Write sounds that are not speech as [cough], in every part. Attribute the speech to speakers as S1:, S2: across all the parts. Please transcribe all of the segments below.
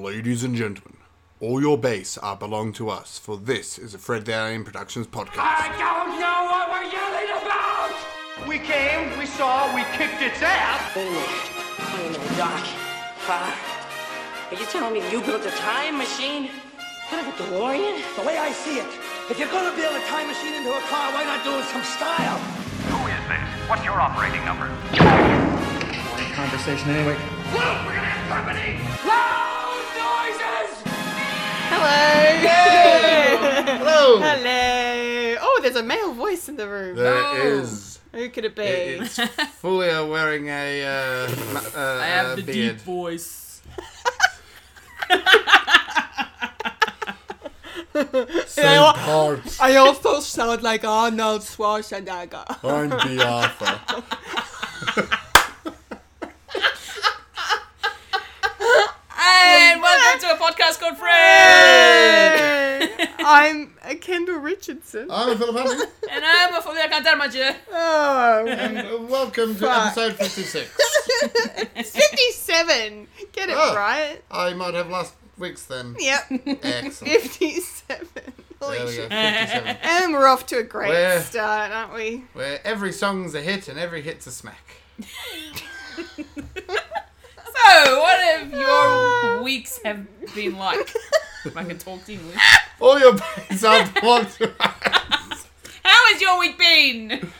S1: Ladies and gentlemen, all your bass are belong to us, for this is a Fred Dowling Productions podcast.
S2: don't know what we're yelling about!
S3: We came, we saw, we kicked its ass.
S4: I know, Doc. Father, are you telling me you built a time machine out of a DeLorean?
S5: The way I see it, if you're gonna build a time machine into a car, why not do it with some style?
S6: Who is this? What's your operating number?
S7: conversation anyway.
S2: Loud noises!
S8: Hello. Hello. Hello. Oh, there's a male voice in the room. Oh,
S1: There is.
S8: Who could it be?
S1: It's Fulia wearing a, uh, ma- uh,
S9: I have
S1: uh,
S9: the
S1: beard.
S9: deep voice.
S1: So hard.
S8: I also sound like Arnold Schwarzenegger.
S1: I'm the Arthur.
S9: And welcome to a podcast called Friends!
S8: I'm a Kendall Richardson.
S1: I'm Philip Huntley,
S9: And I'm a Folia Cantarmaje.
S8: Oh,
S1: [laughs] and welcome to
S8: Fuck.
S1: episode 56.
S8: 57. Get it
S1: Oh.
S8: right.
S1: I might have last week's then.
S8: Yep.
S1: Excellent.
S8: 57. Holy
S1: There we go,
S8: shit.
S1: 57.
S8: And we're off to a great
S1: Where-
S8: start, aren't we?
S1: Where every song's a hit and every hit's a smack.
S9: So, what have your weeks have been like? If I can talk English.
S1: All your [laughs] bass
S9: [laughs]
S1: are belong to us.
S9: How has your week been?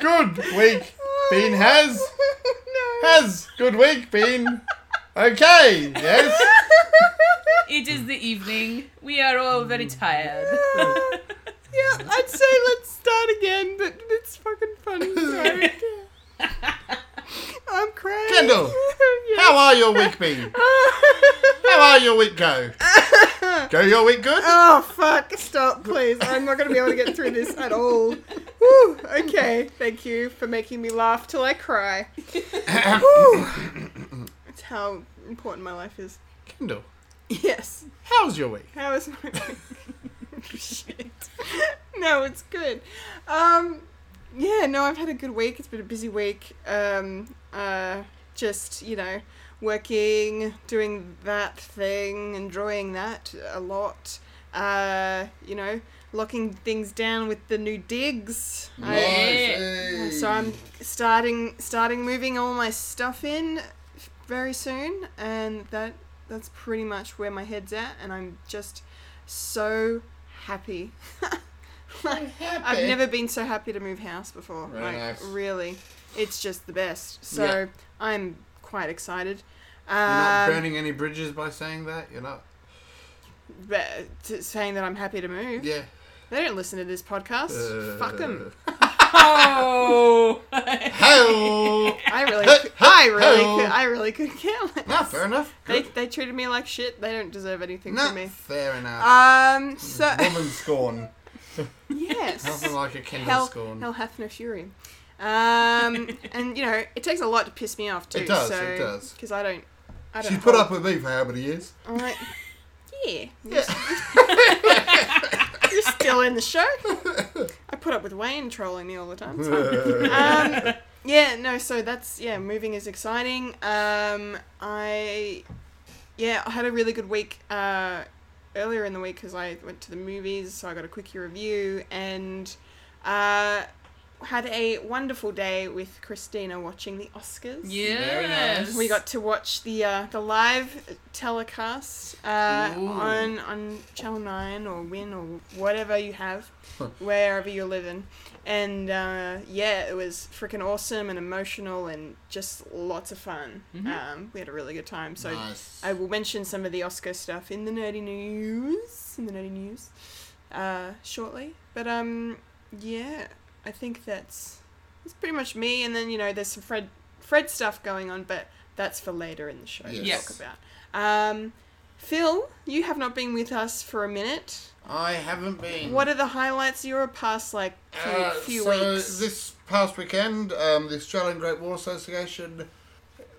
S1: Good week, Bean [laughs] has.
S8: no.
S1: Has. Good week, Bean. Okay, yes.
S9: It is the evening. We are all very tired.
S8: yeah, I'd say let's start again, but it's fucking funny. Sorry.
S1: [laughs]
S8: I'm crying.
S1: Kendall,
S8: [laughs] Yeah.
S1: How are your week, Bean? How are your week go? Go your week good?
S8: Oh fuck! Stop, please. I'm not gonna be able to get through this at all. Whew, okay, thank you for making me laugh till I cry. Whew. That's how important my life is.
S1: Kendall,
S8: Yes.
S1: how's your week?
S8: How is my week? [laughs] Shit. No, it's good. Um, yeah, no, I've had a good week. It's been a busy week. Um, uh, just you know, working, doing that thing, enjoying that a lot. Uh, you know, locking things down with the new digs. I-
S1: Nice.
S8: so I'm starting starting moving all my stuff in very soon, and that that's pretty much where my head's at, and I'm just so happy. [laughs] Like, I've never been so happy to move house before.
S1: Very
S8: like
S1: nice.
S8: really, it's just the best. So
S1: Yeah.
S8: I'm quite excited.
S1: You're not
S8: Um,
S1: burning any bridges by saying that. You're not.
S8: but uh, t- saying that I'm happy to move.
S1: Yeah. Uh.
S8: They don't listen to this podcast. Fuck 'em. Fuck them.
S9: [laughs] Oh!
S1: Hell.
S8: I really,
S1: Hey,
S8: I
S1: hey,
S8: really,
S1: hey.
S8: could, I really could care
S1: [laughs]
S8: less.
S1: no, fair enough.
S8: They,
S1: Good.
S8: they treated me like shit. They don't deserve anything
S1: No,
S8: from me.
S1: fair enough.
S8: Um, so
S1: Woman scorn.
S8: [laughs] yes,
S1: Nothing
S8: [laughs]
S1: like a Kendall
S8: hell,
S1: scorn.
S8: hell hath no fury. [laughs] Um, and you know it takes a lot to piss me off too.
S1: It does,
S8: so,
S1: it does.
S8: Because I don't, I don't.
S1: She put
S8: hold-
S1: up with me for how many years?
S8: I'm
S1: [laughs]
S8: like, yeah, [laughs] you're still in the show. I put up with Wayne trolling me all the time. It's fine. [laughs] um, yeah, no, so that's yeah, moving is exciting. Um, I yeah, I had a really good week uh, earlier in the week because I went to the movies, so I got a quickie review and uh, had a wonderful day with Christina watching the Oscars.
S9: Yes.
S8: We got to watch the uh, the live telecast uh, on on Channel Nine or Win or whatever you have, wherever you're living, and uh, yeah, it was freaking awesome and emotional and just lots of fun. Um, we had a really good time. So
S1: Nice.
S8: I will mention some of the Oscar stuff in the nerdy news in the nerdy news uh, shortly, but um yeah, I think that's that's pretty much me. And then you know, there's some Fred Fred stuff going on, but that's for later in the show to
S1: Yes.
S8: talk about. Um, Phil, you have not been with us for a minute.
S1: I haven't been.
S8: What are the highlights of your past like few,
S1: Uh,
S8: few
S1: so
S8: weeks?
S10: uh,
S1: this past weekend, um, the Australian Great War Association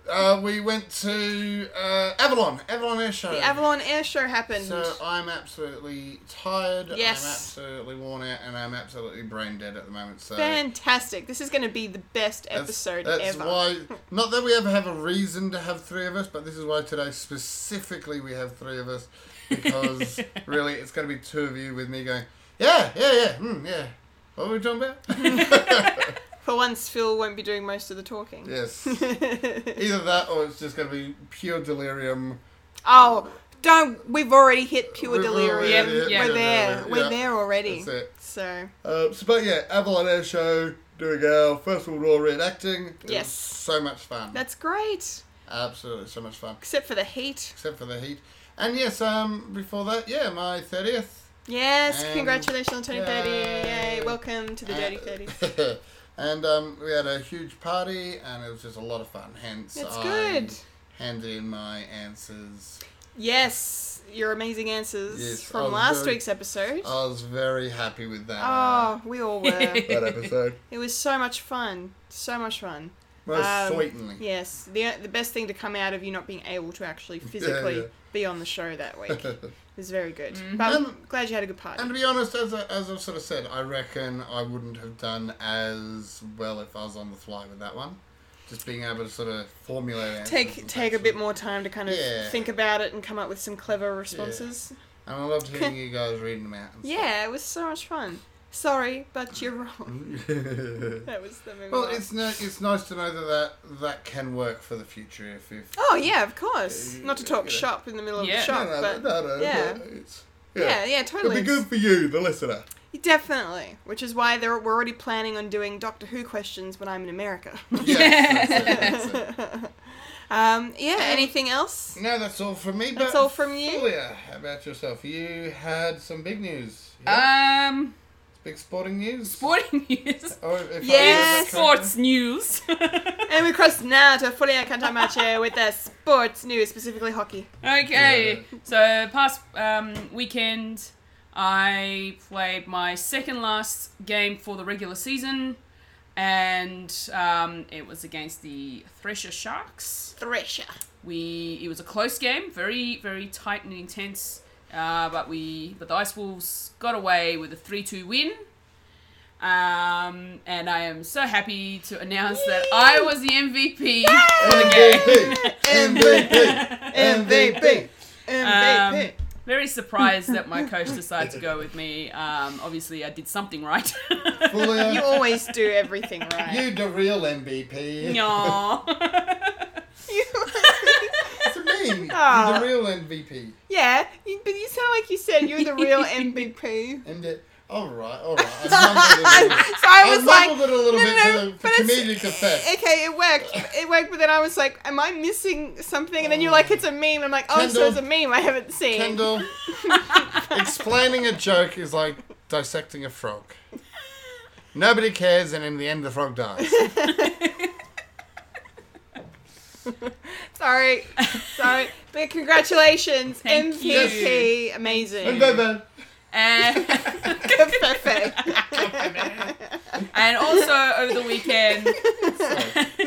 S10: Uh, we went to uh, Avalon, Avalon Air Show.
S8: The Avalon Air Show happened.
S10: So uh, I'm absolutely tired.
S8: Yes.
S10: I'm absolutely worn out, and I'm absolutely brain dead at the moment. So
S8: Fantastic. This is going to be the best
S10: that's,
S8: episode
S10: that's
S8: ever.
S10: why. Not that we ever have a reason to have three of us, but this is why today specifically we have three of us
S8: [laughs]
S10: because really it's going to be two of you with me going, yeah, yeah, yeah, mm, yeah. What were we talking about?
S8: For once, Phil won't be doing most of the talking. [laughs]
S10: yes. Either that, or it's just going to be pure delirium.
S8: Oh, don't. We've already hit pure
S10: We've already
S8: delirium.
S9: Yep,
S10: hit
S9: yeah.
S8: We're
S10: pure
S8: there.
S10: delirium,
S8: We're
S10: yeah.
S8: there already.
S10: That's it.
S8: So,
S10: Uh, so, but yeah, Avalon Air Show doing our First World War reenacting. It was
S8: Yes.
S10: so much fun.
S8: that's great.
S10: Absolutely, so much fun.
S8: Except for the heat.
S10: Except for the heat. And yes, um, before that, yeah, my 30th.
S8: Yes,
S10: And-
S8: congratulations, Tony Thirty.
S10: Yay.
S8: Yay, welcome to the Dirty Thirty.
S10: Thirty. Uh, [laughs] and um, we had a huge party, and it was just a lot of fun. Hence,
S8: That's
S10: I
S8: good.
S10: handed in my answers.
S8: Yes, your amazing answers
S10: Yes, I
S8: from
S10: was
S8: last
S10: very-
S8: week's episode. Oh,
S10: I was very happy with that, uh,
S8: we
S10: [laughs]
S8: all were.
S10: that episode.
S8: it was so much fun. So much fun.
S10: Most
S8: Um,
S10: certainly.
S8: Yes, the the best thing to come out of you not being able to actually physically
S10: yeah. Mm-hmm.
S8: be on the show that week
S10: [laughs]
S8: was very good. But I'm glad you had a good party.
S10: And to be honest, as, I, as I've sort of said, I reckon I wouldn't have done as well if I was on the fly with that one. Just being able to sort of formulate answers
S8: take
S10: and
S8: take a
S10: things.
S8: bit more time to kind of
S10: Yeah.
S8: think about it and come up with some clever responses.
S10: And I loved hearing you guys reading them out. and
S8: Yeah, it was so much fun. Sorry, but you're wrong.
S10: [laughs] stuff.
S8: that was the movie.
S10: well, it's no, it's nice to know that, that that can work for the future if if.
S8: Oh yeah, of course.
S10: Uh,
S8: Not to talk
S10: yeah.
S8: shop in the middle of the
S9: Yeah.
S8: shop, but yeah.
S10: it's,
S8: yeah, yeah, totally.
S10: It'll be good for you, the listener.
S8: Definitely, which is why they're, we're already planning on doing Doctor Who questions when I'm in America.
S10: [laughs] Yes, that's it, that's it.
S8: [laughs] um, yeah. Anything else?
S10: No, that's all from me.
S8: That's
S10: but
S8: all from you?
S10: Fulia, how about yourself? You had some big news. Yeah,
S9: Um,
S10: big sporting news.
S9: sporting news.
S10: Or if I-
S8: [laughs] Yes.
S9: Sports news. [laughs]
S8: And we cross now to Fulia Cantamache [laughs] with the sports news, specifically hockey.
S9: Okay, so past um, weekend, I played my second last game for the regular season, and um, it was against the Thresher Sharks.
S8: Thresher.
S9: We it was a close game, very very tight and intense, uh, but we but the Ice Wolves got away with a three two win. Um, and I am so happy to announce that I was the MVP for the game.
S10: MVP, MVP,
S8: [laughs]
S10: MVP.
S8: MVP.
S9: Very surprised that my coach decided to go with me. Um, obviously, I did something right. [laughs]
S8: you
S10: Fulia,
S8: always do everything right.
S10: [laughs] you the real MVP.
S9: Aw.
S8: [laughs]
S10: That's what I mean.
S8: Aw.
S10: You're the real MVP.
S8: yeah, you, but you sound like you said you're the
S9: [laughs]
S8: real MVP.
S10: And it, all right, all right.
S8: [laughs]
S10: I mumbled it a little-
S8: So I
S10: I
S8: was like,
S10: mumbled it a little
S8: no,
S10: bit
S8: no,
S10: for
S8: no,
S10: the- for
S8: but it's-
S10: comedic effect.
S8: okay, it worked, it worked. But then I was like, am I missing something? And then you're like, it's a meme. I'm like, oh, so
S10: Kendall.
S8: it's a meme I haven't seen.
S10: Kendall, explaining a joke is like dissecting a frog. Nobody cares, and in the end, the frog dies.
S8: Sorry, sorry. But congratulations,
S9: [laughs] Thank
S8: MVP. Amazing.
S9: and,
S8: [laughs] Perfect.
S9: and also over the weekend,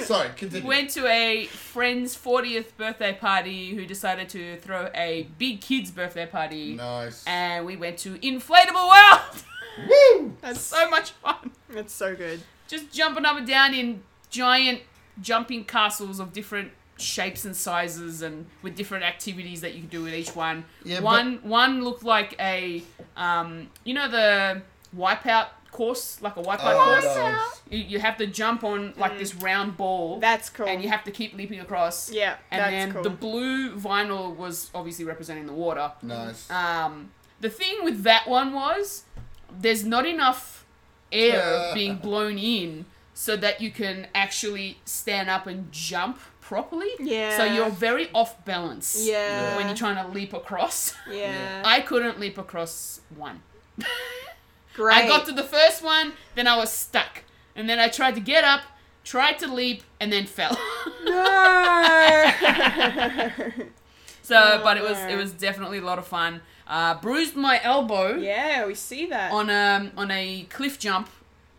S10: Sorry, continue.
S9: went to a friend's 40th birthday party who decided to throw a big kids' birthday party.
S10: nice.
S9: And we went to Inflatable World. [laughs]
S10: Woo!
S8: That's,
S9: so much fun.
S8: that's so good.
S9: Just jumping up and down in giant jumping castles of different shapes and sizes and with different activities that you can do with each one.
S10: Yeah, but-
S9: one one looked like a um, you know the wipeout course, like a wipeout
S10: Oh,
S9: course.
S10: nice.
S9: You, you have to jump on like this round ball.
S8: Mm. That's cool.
S9: And you have to keep leaping across.
S8: Yeah,
S9: And
S8: that's
S9: then
S8: cool.
S9: the blue vinyl was obviously representing the water.
S10: Nice.
S9: Um, the thing with that one was there's not enough air
S10: Yeah.
S9: being blown in so that you can actually stand up and jump properly. So
S8: Yeah.
S9: you're very off balance.
S8: Yeah.
S9: When you're trying to leap across. [laughs]
S8: Yeah.
S9: I couldn't leap across one.
S8: Great.
S9: I got to [laughs] the first one, then I was stuck. And then I tried to get up, tried to leap, and then fell. [laughs]
S8: Oh,
S9: so, but it was it was definitely a lot of fun. Uh, bruised my
S8: [laughs]
S9: elbow
S8: yeah, we see that.
S9: on a on a cliff jump,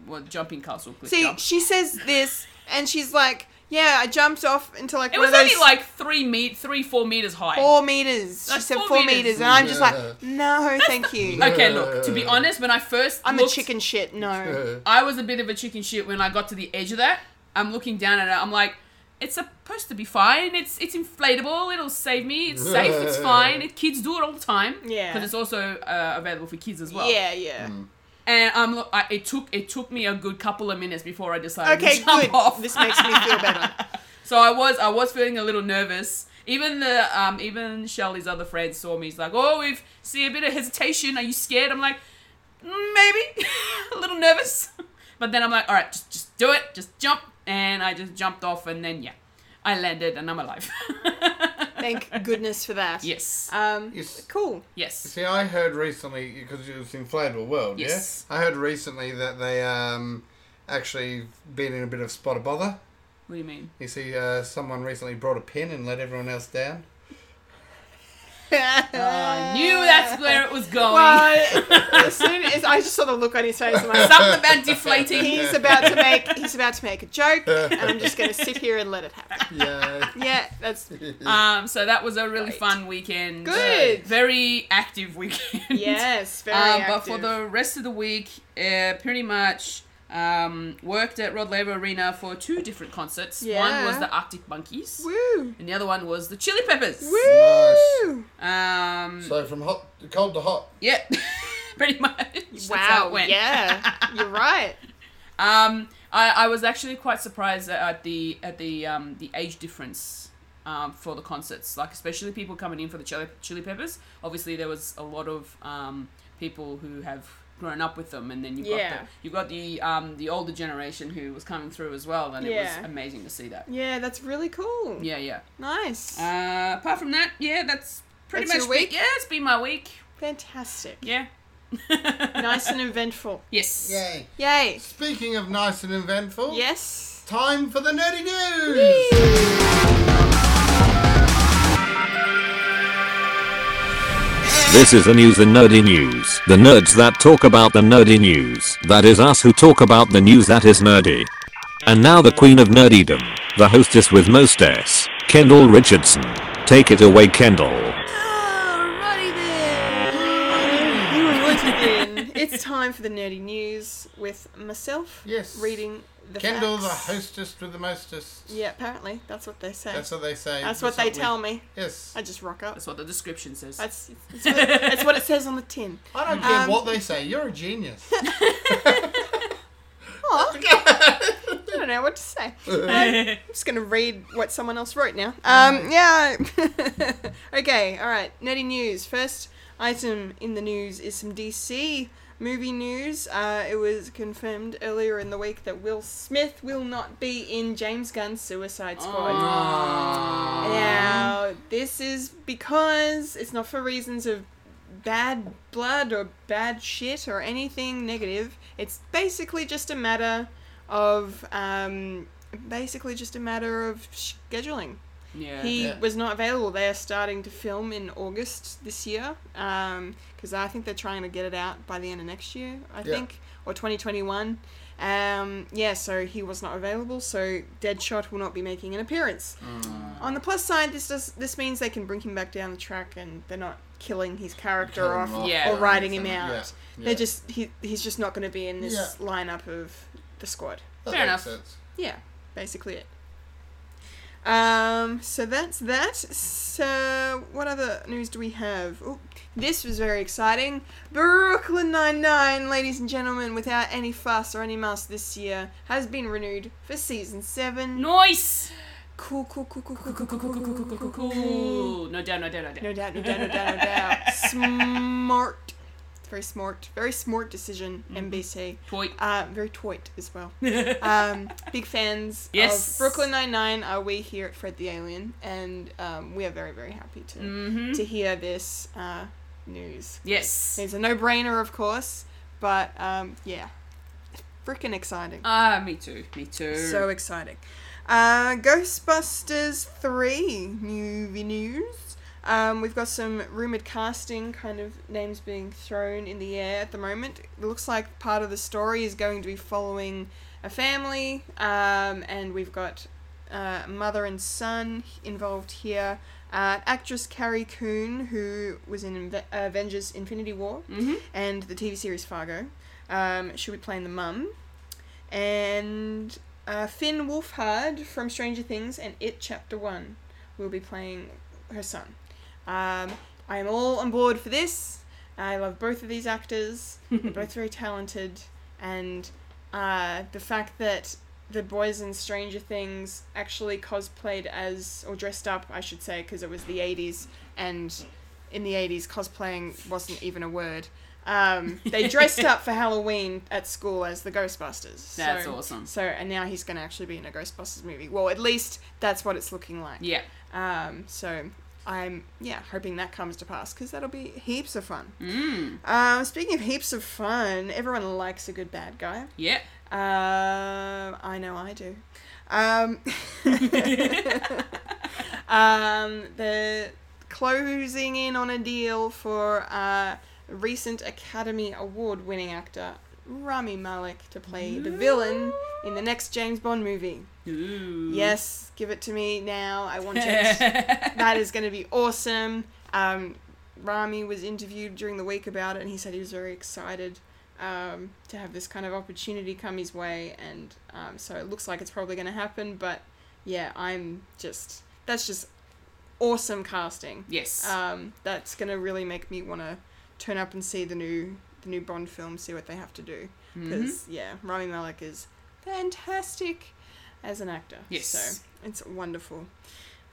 S9: well, jumping castle cliff
S8: See,
S9: jump.
S8: she says this, and she's like, Yeah, I jumped off into like
S9: It
S8: one
S9: was
S8: of
S9: only
S8: those
S9: like three meet three four meters high.
S8: four meters.
S9: Like
S8: she said
S9: four
S8: four,
S9: meters.
S8: meters. and I'm just
S10: Yeah.
S8: like, no, thank you.
S9: Okay,
S10: [laughs]
S9: look. To be honest, when I first
S8: Uh. I'm
S9: looked,
S8: a chicken shit. No,
S9: I was a bit of a chicken shit when I got to the edge of that. I'm looking down at it. I'm like, it's supposed to be fine. It's it's inflatable. It'll save me. It's safe.
S8: [laughs]
S9: It's fine. It, kids do it all the time.
S8: Yeah.
S9: Because it's also uh, available for kids as well.
S8: yeah, yeah.
S9: And I'm lo- I, it took it took me a good couple of minutes before I decided
S8: Okay,
S9: to jump
S8: good.
S9: off.
S8: This makes me feel better.
S9: [laughs] So I was I was feeling a little nervous. Even the um even Shelly's other friends saw me. He's like, "Oh, we've see a bit of hesitation. Are you scared?" I'm like, "Mm, "Maybe, [laughs] a little nervous." But then I'm like, "All right, just just do it. Just jump." And I just jumped off, and then yeah, I landed, and I'm alive. [laughs]
S8: Thank goodness for that.
S9: yes.
S8: Um.
S10: Yes.
S9: [laughs]
S8: Cool.
S9: yes.
S10: See, I heard recently because it was inflatable world.
S9: Yes.
S10: Yeah, I heard recently that they um actually been in a bit of spot of bother.
S9: What do you mean?
S10: You see, uh, someone recently brought a pin and let everyone else down.
S9: I knew that's where it was going.
S8: But Uh, [laughs] as soon as I just saw the look on his face, I'm like,
S9: Something about
S8: [laughs]
S9: deflating.
S8: he's about to make he's about to make a joke, and I'm just gonna sit here and let it
S9: [laughs]
S8: happen.
S10: Yeah.
S8: Yeah, that's
S9: Um, so that was a really fun weekend.
S8: Good.
S9: Very active weekend.
S8: yes, very
S9: Um,
S8: active.
S9: but for the rest of the week, uh, pretty much um, worked at Rod Laver Arena for two different concerts. One
S8: Yeah.
S9: was the Arctic Monkeys,
S8: woo,
S9: and the other one was the Chili Peppers.
S10: nice.
S8: woo,
S9: Um,
S10: So from hot, cold to hot.
S9: yeah, [laughs] pretty much. That's how it
S8: wow,
S9: went.
S8: yeah,
S9: [laughs]
S8: you're right.
S9: Um, I, I was actually quite surprised at the at the um, the age difference um, for the concerts, like especially people coming in for the Chili, Chili Peppers. Obviously, there was a lot of um, people who have grown up with them, and then you've got
S8: Yeah.
S9: the, you've got the um, the older generation who was coming through as well, and it
S8: Yeah.
S9: was amazing to see that.
S8: Yeah, that's really cool.
S9: Yeah, yeah.
S8: Nice,
S9: Uh, apart from that, yeah, that's pretty
S8: That's your
S9: much
S8: week?
S9: Been, yeah, it's been my week.
S8: fantastic,
S9: Yeah. [laughs]
S8: nice and eventful.
S9: Yes.
S10: Yay.
S8: Yay.
S10: Speaking of nice and eventful.
S8: Yes.
S10: Time for the nerdy news.
S5: This is the news, the nerdy news. The nerds that talk about the nerdy news. That is us who talk about the news that is nerdy. And now the queen of nerdydom, the hostess with most S, Kendall Richardson. Take it away, Kendall.
S8: Alrighty then. [laughs] it's time for the nerdy news with myself.
S10: Yes.
S8: Reading the
S10: Kendall, the
S8: facts.
S10: hostess with the mostest.
S8: Yeah, apparently that's what they say.
S10: That's what they say.
S8: That's what they
S10: we-
S8: tell me.
S10: Yes.
S8: I just rock up.
S9: That's what the description says.
S8: That's that's what, that's what it says on the tin. Um,
S10: I don't care what they say. You're a genius.
S8: I don't know what to say. Um, I'm just gonna read what someone else wrote now. Um, yeah. [laughs] okay. All right. Nerdy news. First item in the news is some DC movie news. Uh, it was confirmed earlier in the week that Will Smith will not be in James Gunn's Suicide Squad. Now, this is because it's not for reasons of bad blood or bad shit or anything negative. It's basically just a matter of, um, basically just a matter of scheduling.
S9: yeah.
S8: He
S10: Yeah.
S8: was not available. They are starting to film in August this year because I think they're trying to get it out by the end of next year, I
S10: Yeah.
S8: think, or 2021. Um, yeah, so he was not available, so Deadshot will not be making an appearance. On the plus side, this does this means they can bring him back down the track, and they're not killing his character
S10: Kill
S8: off
S10: him off
S9: Yeah.
S8: or writing him
S10: Yeah.
S8: out.
S10: Yeah.
S8: They're just he, he's just not going to be in this
S10: Yeah.
S8: lineup of the squad.
S10: That
S9: Fair
S10: makes
S9: enough.
S10: sense.
S8: Yeah, basically it. Um, so that's that. So what other news do we have? Oh, this was very exciting. Brooklyn Nine Nine, ladies and gentlemen, without any fuss or any muss this year, has been renewed for season seven.
S9: Nice.
S8: Cool, cool, cool, cool, cool, cool, cool, cool, cool, cool, cool, cool, cool.
S9: Cool. No doubt. No doubt. No doubt.
S8: No doubt, no doubt, no doubt, no doubt. Smart. Very smart. Very smart decision, NBC.
S9: Toy.
S8: Uh, very twit as well. um, big fans
S9: Yes.
S8: of Brooklyn Nine Nine are we here at Fred the Alien, and um, we are very very happy to to hear this uh, news.
S9: Yes.
S8: It's a no brainer, of course, but um, yeah, freaking exciting.
S9: Ah, me too. Me too.
S8: So exciting. Uh, Ghostbusters 3 movie news. Um, we've got some rumored casting kind of names being thrown in the air at the moment. It looks like part of the story is going to be following a family, um, and we've got uh, mother and son involved here. Uh, actress Carrie Coon, who was in Inve- Avengers Infinity War and the TV series Fargo. Um, she'll be playing the mum. And uh, Finn Wolfhard from Stranger Things and It Chapter 1 will be playing her son. Um, I am all on board for this. I love both of these actors. They're
S9: [laughs]
S8: both very talented. And uh, the fact that the boys in Stranger Things actually cosplayed as, or dressed up, I should say, because it was the 80s, and in the 80s, cosplaying wasn't even a word. Um, they dressed up
S9: [laughs]
S8: for Halloween at school as the Ghostbusters.
S9: That's
S8: So-
S9: awesome.
S8: So, and now he's going to actually be in a Ghostbusters movie. Well, at least that's what it's looking like.
S9: Yeah.
S8: Um, so I'm yeah hoping that comes to pass because that'll be heaps of fun. Um, speaking of heaps of fun, everyone likes a good bad guy.
S9: Yeah.
S8: Um, I know I do. Um, [laughs] um, the closing in on a deal for uh, recent Academy Award winning actor Rami Malek to play the villain in the next James Bond movie.
S9: Ooh.
S8: Yes, give it to me now. I want it. that is going to be awesome. Um, Rami was interviewed during the week about it, and he said he was very excited um, to have this kind of opportunity come his way. And um, so it looks like it's probably going to happen. But yeah, I'm just that's just awesome casting.
S9: [laughs] yes.
S8: Um, that's going to really make me want to turn up and see the new the new Bond film, see what they have to do.
S9: Mm-hmm.
S8: Because yeah, Rami Malek is fantastic as an actor.
S9: Yes.
S8: so it's wonderful.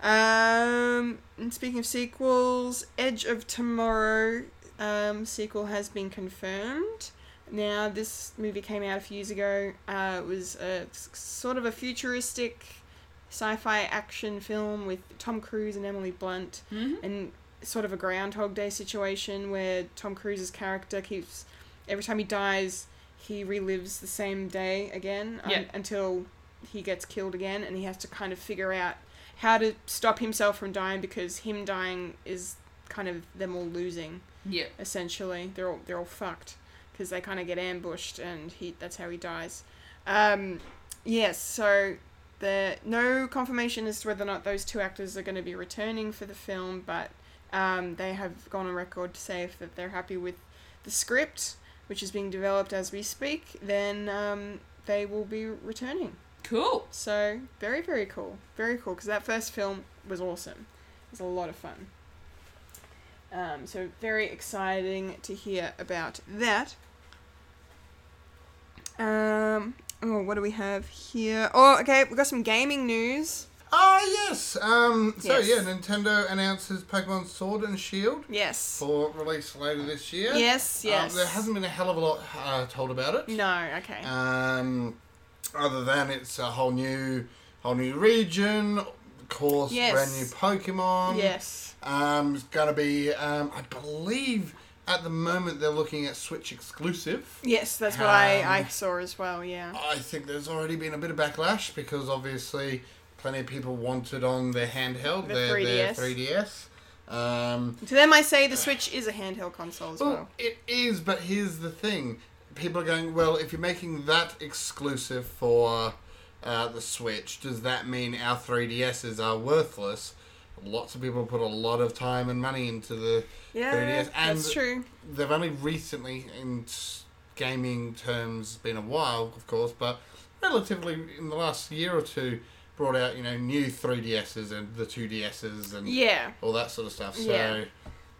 S8: Um, and speaking of sequels, Edge of Tomorrow um, sequel has been confirmed. Now, this movie came out a few years ago. Uh, it was a, s- sort of a futuristic sci-fi action film with Tom Cruise and Emily Blunt, and sort of a Groundhog Day situation where Tom Cruise's character keeps every time he dies, he relives the same day again um,
S9: Yeah.
S8: until he gets killed again, and he has to kind of figure out how to stop himself from dying because him dying is kind of them all losing
S9: yeah.
S8: essentially. They're all they're all fucked because they kind of get ambushed, and he that's how he dies. Um, yes, so the no confirmation as to whether or not those two actors are going to be returning for the film, but um, they have gone on record to say if that they're happy with the script, which is being developed as we speak, then um, they will be returning.
S9: Cool.
S8: So very very cool, very cool because that first film was awesome. It was a lot of fun. Um, so very exciting to hear about that. Um, oh, what do we have here? Oh, okay, we've got some gaming news.
S1: Ah, yes. Um, so,
S8: Yes.
S1: yeah, Nintendo announces Pokemon Sword and Shield
S8: Yes.
S1: for release later this year.
S8: Yes,
S1: Um,
S8: yes.
S1: there hasn't been a hell of a lot uh, told about it.
S8: No, okay.
S1: Um, other than it's a whole new, whole new region, of course,
S8: Yes.
S1: brand new Pokemon.
S8: yes.
S1: Um, it's gonna be. Um, I believe at the moment they're looking at Switch exclusive.
S8: Yes, that's what I, I
S1: Um,
S8: saw as well, yeah.
S1: I think there's already been a bit of backlash because obviously plenty of people wanted on their handheld,
S8: The
S1: their, their
S8: 3DS.
S1: 3DS. Um,
S8: To them, I say the Switch is a handheld console as
S1: well,
S8: well.
S1: it is, but here's the thing: people are going, well, if you're making that exclusive for uh, the Switch, does that mean our 3DSs are worthless? Lots of people put a lot of time and money into the
S8: Yeah,
S1: 3DS, and
S8: that's true.
S1: they've only recently, in s- gaming terms, been a while, of course, but relatively in the last year or two, brought out you know new 3DSs and the 2DSs and
S8: Yeah.
S1: all that sort of stuff. So
S8: Yeah.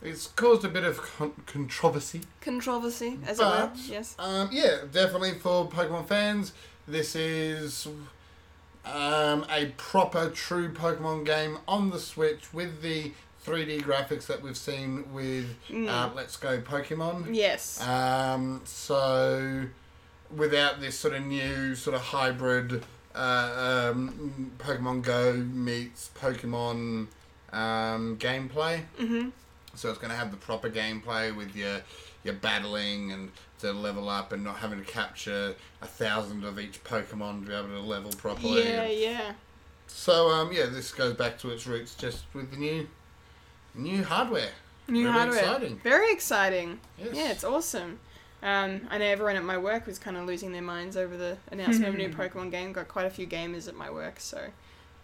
S1: it's caused a bit of con- controversy.
S8: Controversy, as it
S1: But
S8: were. Yes.
S1: um, yeah, definitely for Pokemon fans, this is um, a proper, true Pokemon game on the Switch with the 3D graphics that we've seen with uh, Let's Go Pokemon.
S8: Yes.
S1: Um, so, without this sort of new sort of hybrid uh, um, Pokemon Go meets Pokemon um, gameplay. Mm-hmm. So it's going to have the proper gameplay with your your battling and to level up and not having to capture a thousand of each Pokemon to be able to level properly.
S8: yeah, yeah.
S1: So um, yeah, this goes back to its roots just with the new new hardware.
S8: New
S1: Very
S8: hardware.
S1: exciting.
S8: Very exciting.
S1: Yes.
S8: Yeah, it's awesome. Um, I know everyone at my work
S1: [laughs]
S8: was kind of losing their minds over the announcement of a new Pokemon game. Got quite a few gamers at my work, so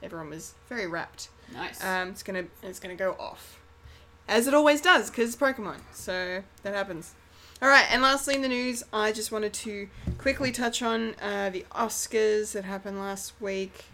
S8: everyone was very wrapped.
S9: Nice.
S8: Um, it's gonna it's gonna go off, as it always does, because Pokemon. So that happens. All right, and lastly in the news, I just wanted to quickly touch on uh, the Oscars that happened last week.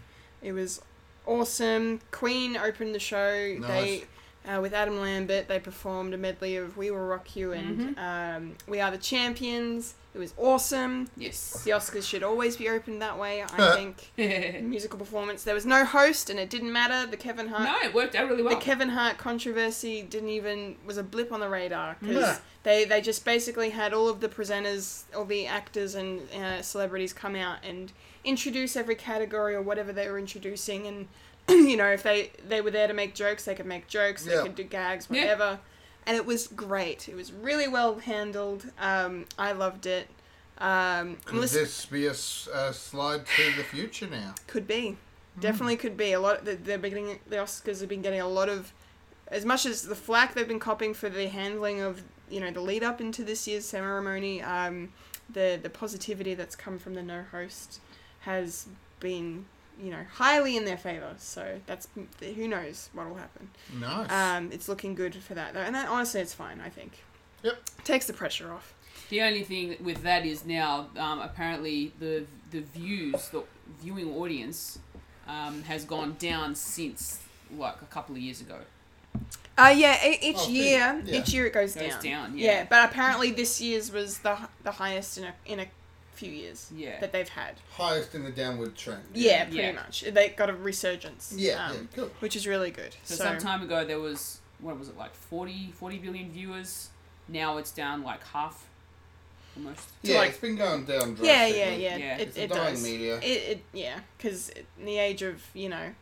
S8: It was awesome. Queen opened the show.
S10: Nice.
S8: They uh, with Adam Lambert, they performed a medley of "We Will Rock You" and um, "We Are the Champions." It was awesome.
S9: yes. [laughs]
S8: The Oscars should always be opened that way, I think musical performance. There was no host, and it didn't matter. The Kevin Hart,
S9: no, it worked out really well.
S8: the Kevin Hart controversy didn't even was a blip on the radar because
S10: Yeah.
S8: they they just basically had all of the presenters, all the actors and uh, celebrities come out and introduce every category or whatever they were introducing, and [clears throat] you know if they they were there to make jokes, they could make jokes,
S10: Yeah.
S8: they could do gags,
S9: Yeah.
S8: whatever. And it was great. It was really well handled. Um, I loved it. Um, I'm
S10: Could
S8: listen-
S10: this be a s- a slide to the future now?
S8: could be, definitely could be. A lot. They're getting the Oscars have been getting a lot of, as much as the flack they've been copping for the handling of you know the lead up into this year's ceremony. Um, the the positivity that's come from the no host has been you know highly in their favor. So that's who knows what will happen.
S10: Nice.
S8: Um, it's looking good for that though, and that, honestly, it's fine. I think
S10: yep.
S8: takes the pressure off.
S9: The only thing with that is now um, apparently the the views, the viewing audience, um, has gone down since like a couple of years ago.
S8: Uh, yeah, e- each
S10: Oh, so-
S8: year,
S10: yeah.
S8: each year it goes,
S9: Goes
S8: down.
S9: down, yeah.
S8: but apparently this year's was the h- the highest in a in a few years.
S9: Yeah.
S8: That they've had.
S10: Highest in the downward trend.
S8: Yeah, pretty
S9: Yeah.
S8: much. They got a resurgence. um,
S10: Yeah, yeah, cool.
S8: Which is really good.
S9: So,
S8: So,
S9: some time ago there was what was it like 40, 40 billion viewers. Now it's down like half, almost.
S10: Yeah,
S8: like-
S10: it's been going down drastically.
S8: yeah, yeah, yeah,
S9: Yeah.
S8: It,
S10: It's a
S8: it
S10: dying
S8: does.
S10: media.
S8: It, it yeah, because in the age of you know,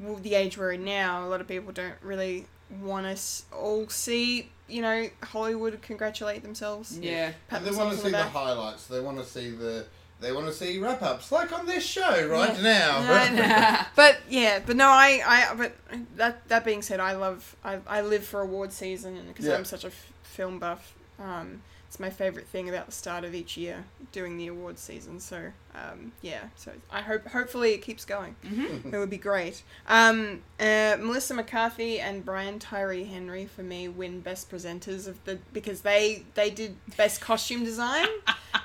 S8: w- the age we're in now, a lot of people don't really want us all see you know Hollywood congratulate themselves.
S9: Yeah.
S8: pat
S10: they want
S8: themselves on
S10: to see the
S8: back.
S10: highlights. They want to see the. They want to see wrap ups, like on this show right now.
S8: No, no. but yeah, but no, I, I, but that that being said, I love, I, I live for award season because
S10: Yeah.
S8: I'm such a f- film buff. Um, it's my favorite thing about the start of each year, doing the award season. So um, yeah, so I hope, hopefully, it keeps going. It would be great. Um, uh, Melissa McCarthy and Brian Tyree Henry for me win best presenters of the because they they did best costume
S9: [laughs]
S8: design.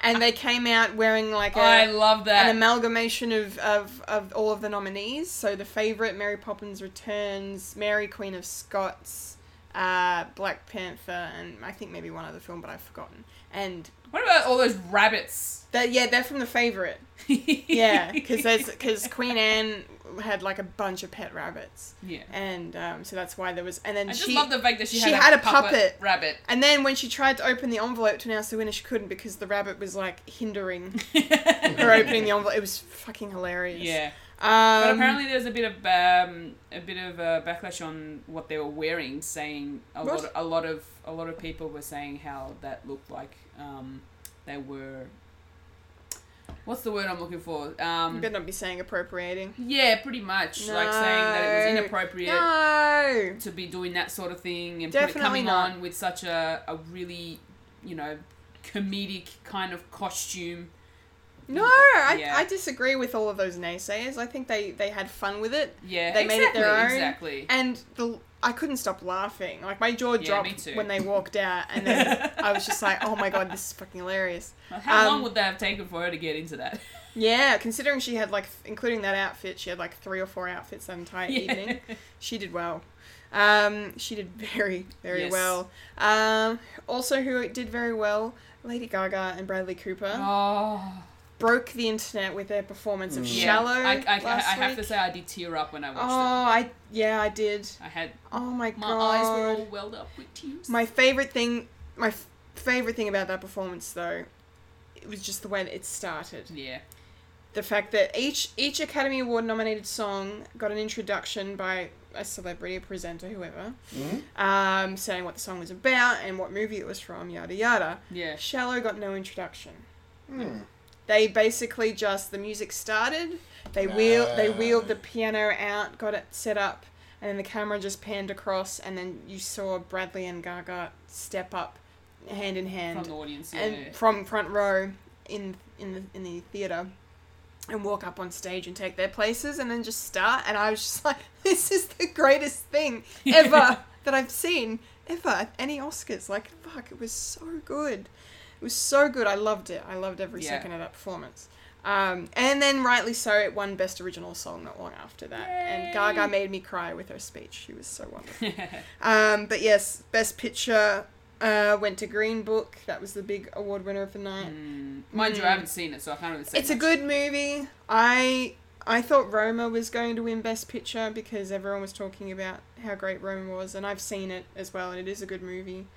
S8: And they came out wearing like a
S9: I love that.
S8: an amalgamation of, of, of all of the nominees. So the favorite, Mary Poppins Returns, Mary Queen of Scots, uh, Black Panther, and I think maybe one other film, but I've forgotten. And
S9: what about all those rabbits?
S8: that yeah, they're from the favorite.
S9: [laughs]
S8: Yeah, because because Queen Anne had like a bunch of pet rabbits,
S9: yeah.
S8: and um, so that's why there was. And then
S9: I just
S8: she
S9: love the fact that she,
S8: she had a puppet.
S9: rabbit.
S8: And then when she tried to open the envelope to announce the winner, she couldn't because the rabbit was like hindering
S9: [laughs]
S8: her opening the envelope. It was fucking hilarious.
S9: Yeah.
S8: Um,
S9: But apparently, there's a bit of um, a bit of uh, backlash on what they were wearing, saying a
S8: What?
S9: lot, a lot of a lot of people were saying how that looked like um, they were. What's the word I'm looking for?
S8: You
S9: Um,
S8: better not be saying appropriating.
S9: yeah, pretty much like saying that it was
S8: No.
S9: inappropriate
S8: No.
S9: to be doing that sort of thing and put it
S8: Definitely
S9: coming
S8: not.
S9: on with such a, a really you know comedic kind of costume.
S8: No, I,
S9: Yeah.
S8: I disagree with all of those naysayers. I think they, they had fun with it.
S9: Yeah,
S8: They made it
S9: exactly,
S8: their own.
S9: exactly.
S8: And the I couldn't stop laughing. Like my jaw
S9: me
S8: dropped
S9: too.
S8: when they walked out and
S9: [laughs]
S8: then I was just like, "Oh my god, this is fucking hilarious."
S9: How
S8: Um,
S9: long would that have taken for her to get into that?
S8: Yeah, considering she had like including that outfit, she had like 3 or 4 outfits that entire
S9: Yeah.
S8: evening.
S9: [laughs]
S8: She did well. Um, she did very, very
S9: Yes.
S8: well. Um, also, who did very well, Lady Gaga and Bradley Cooper.
S9: Oh.
S8: broke the internet with their performance of
S9: Yeah,
S8: Shallow.
S9: Mm. I, I, I, I
S8: last
S9: have
S8: week.
S9: to say, I did tear up when I
S8: Oh,
S9: watched
S8: I yeah, I did.
S9: it. I had
S8: Oh my,
S9: my
S8: god.
S9: eyes were all welled up with tears.
S8: My favorite thing, my f- favorite thing about that performance though, it was just the way that it started.
S9: yeah,
S8: The fact that each each Academy Award nominated song got an introduction by a celebrity, a presenter, whoever, um, saying what the song was about and what movie it was from, yada yada.
S9: yeah,
S8: Shallow got no introduction. They basically just the music started. They wheel they wheeled the piano out, got it set up, and then the camera just panned across, and then you saw Bradley and Gaga step up, hand in hand,
S9: from the audience. Yeah,
S8: and from front row in in the in the theater, and walk up on stage and take their places and then just start. And I was just [laughs] like, this is the greatest thing ever that I've seen ever at any Oscars. Like, fuck, it was so good. It was so good. I loved it. I loved every
S9: Yeah.
S8: second of that performance. Um, and then, rightly so, it won Best Original Song not long after that. And Gaga made me cry with her speech. She was so wonderful. um, but yes, Best Picture uh, went to Green Book. That was the big award winner of the night.
S9: Mind you, I haven't seen it, so I can't really say.
S8: Mm. It's a
S9: much.
S8: good movie. I I thought Roma was going to win Best Picture because everyone was talking about how great Roma was, and I've seen it as well, and it is a good movie.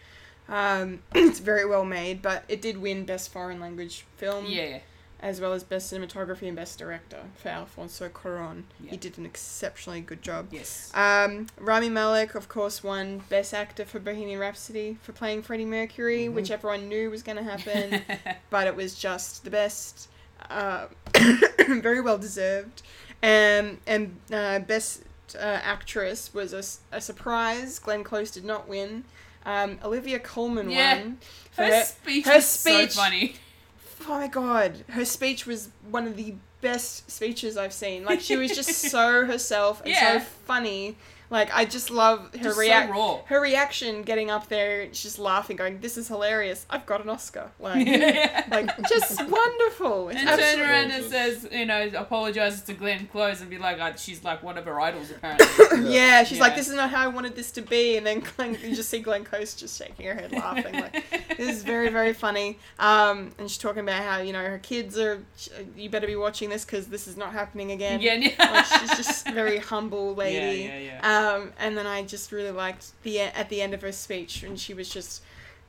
S8: Um, [clears throat] it's very well made, but it did win Best Foreign Language Film
S9: Yeah.
S8: as well as Best Cinematography and Best Director for Alfonso Cuarón. He
S9: Yeah.
S8: did an exceptionally good job.
S9: Yes.
S8: Um, Rami Malek, of course, won Best Actor for Bohemian Rhapsody for playing Freddie Mercury,
S9: Mm-hmm.
S8: which everyone knew was going to happen,
S9: [laughs]
S8: but it was just the best. Uh, [coughs] very well deserved. Um, and uh, Best uh, Actress was a, s- a surprise. Glenn Close did not win. Um, Olivia Colman
S9: Yeah.
S8: won. for
S9: Her, speech
S8: her
S9: was
S8: speech- [laughs]
S9: so funny. [laughs]
S8: Oh my god, her speech was one of the best speeches I've seen. Like she was just
S9: [laughs]
S8: so herself and
S9: Yeah.
S8: so funny. Like I just love her
S9: Just so
S8: react
S9: raw.
S8: her reaction getting up there, she's just laughing, going, "This is hilarious! I've got an Oscar!" Like, [laughs] like just
S9: [laughs]
S8: wonderful. It's
S9: And
S8: abs-
S9: turn around and says, you know, apologizes to Glenn Close and be like, oh, she's like one of her
S8: [laughs]
S9: idols apparently.
S8: yeah, she's like,
S9: Yeah.
S8: "This is not how I wanted this to be," and then Glenn, you just see Glenn Coast just shaking her head, laughing. Like,
S9: [laughs]
S8: this is very very funny um and she's talking about how you know her kids are sh- you better be watching this because this is not happening again
S9: Again, yeah.
S8: Like, she's just a very humble lady
S9: [laughs] Yeah, yeah, yeah.
S8: um and then i just really liked the at the end of her speech when she was just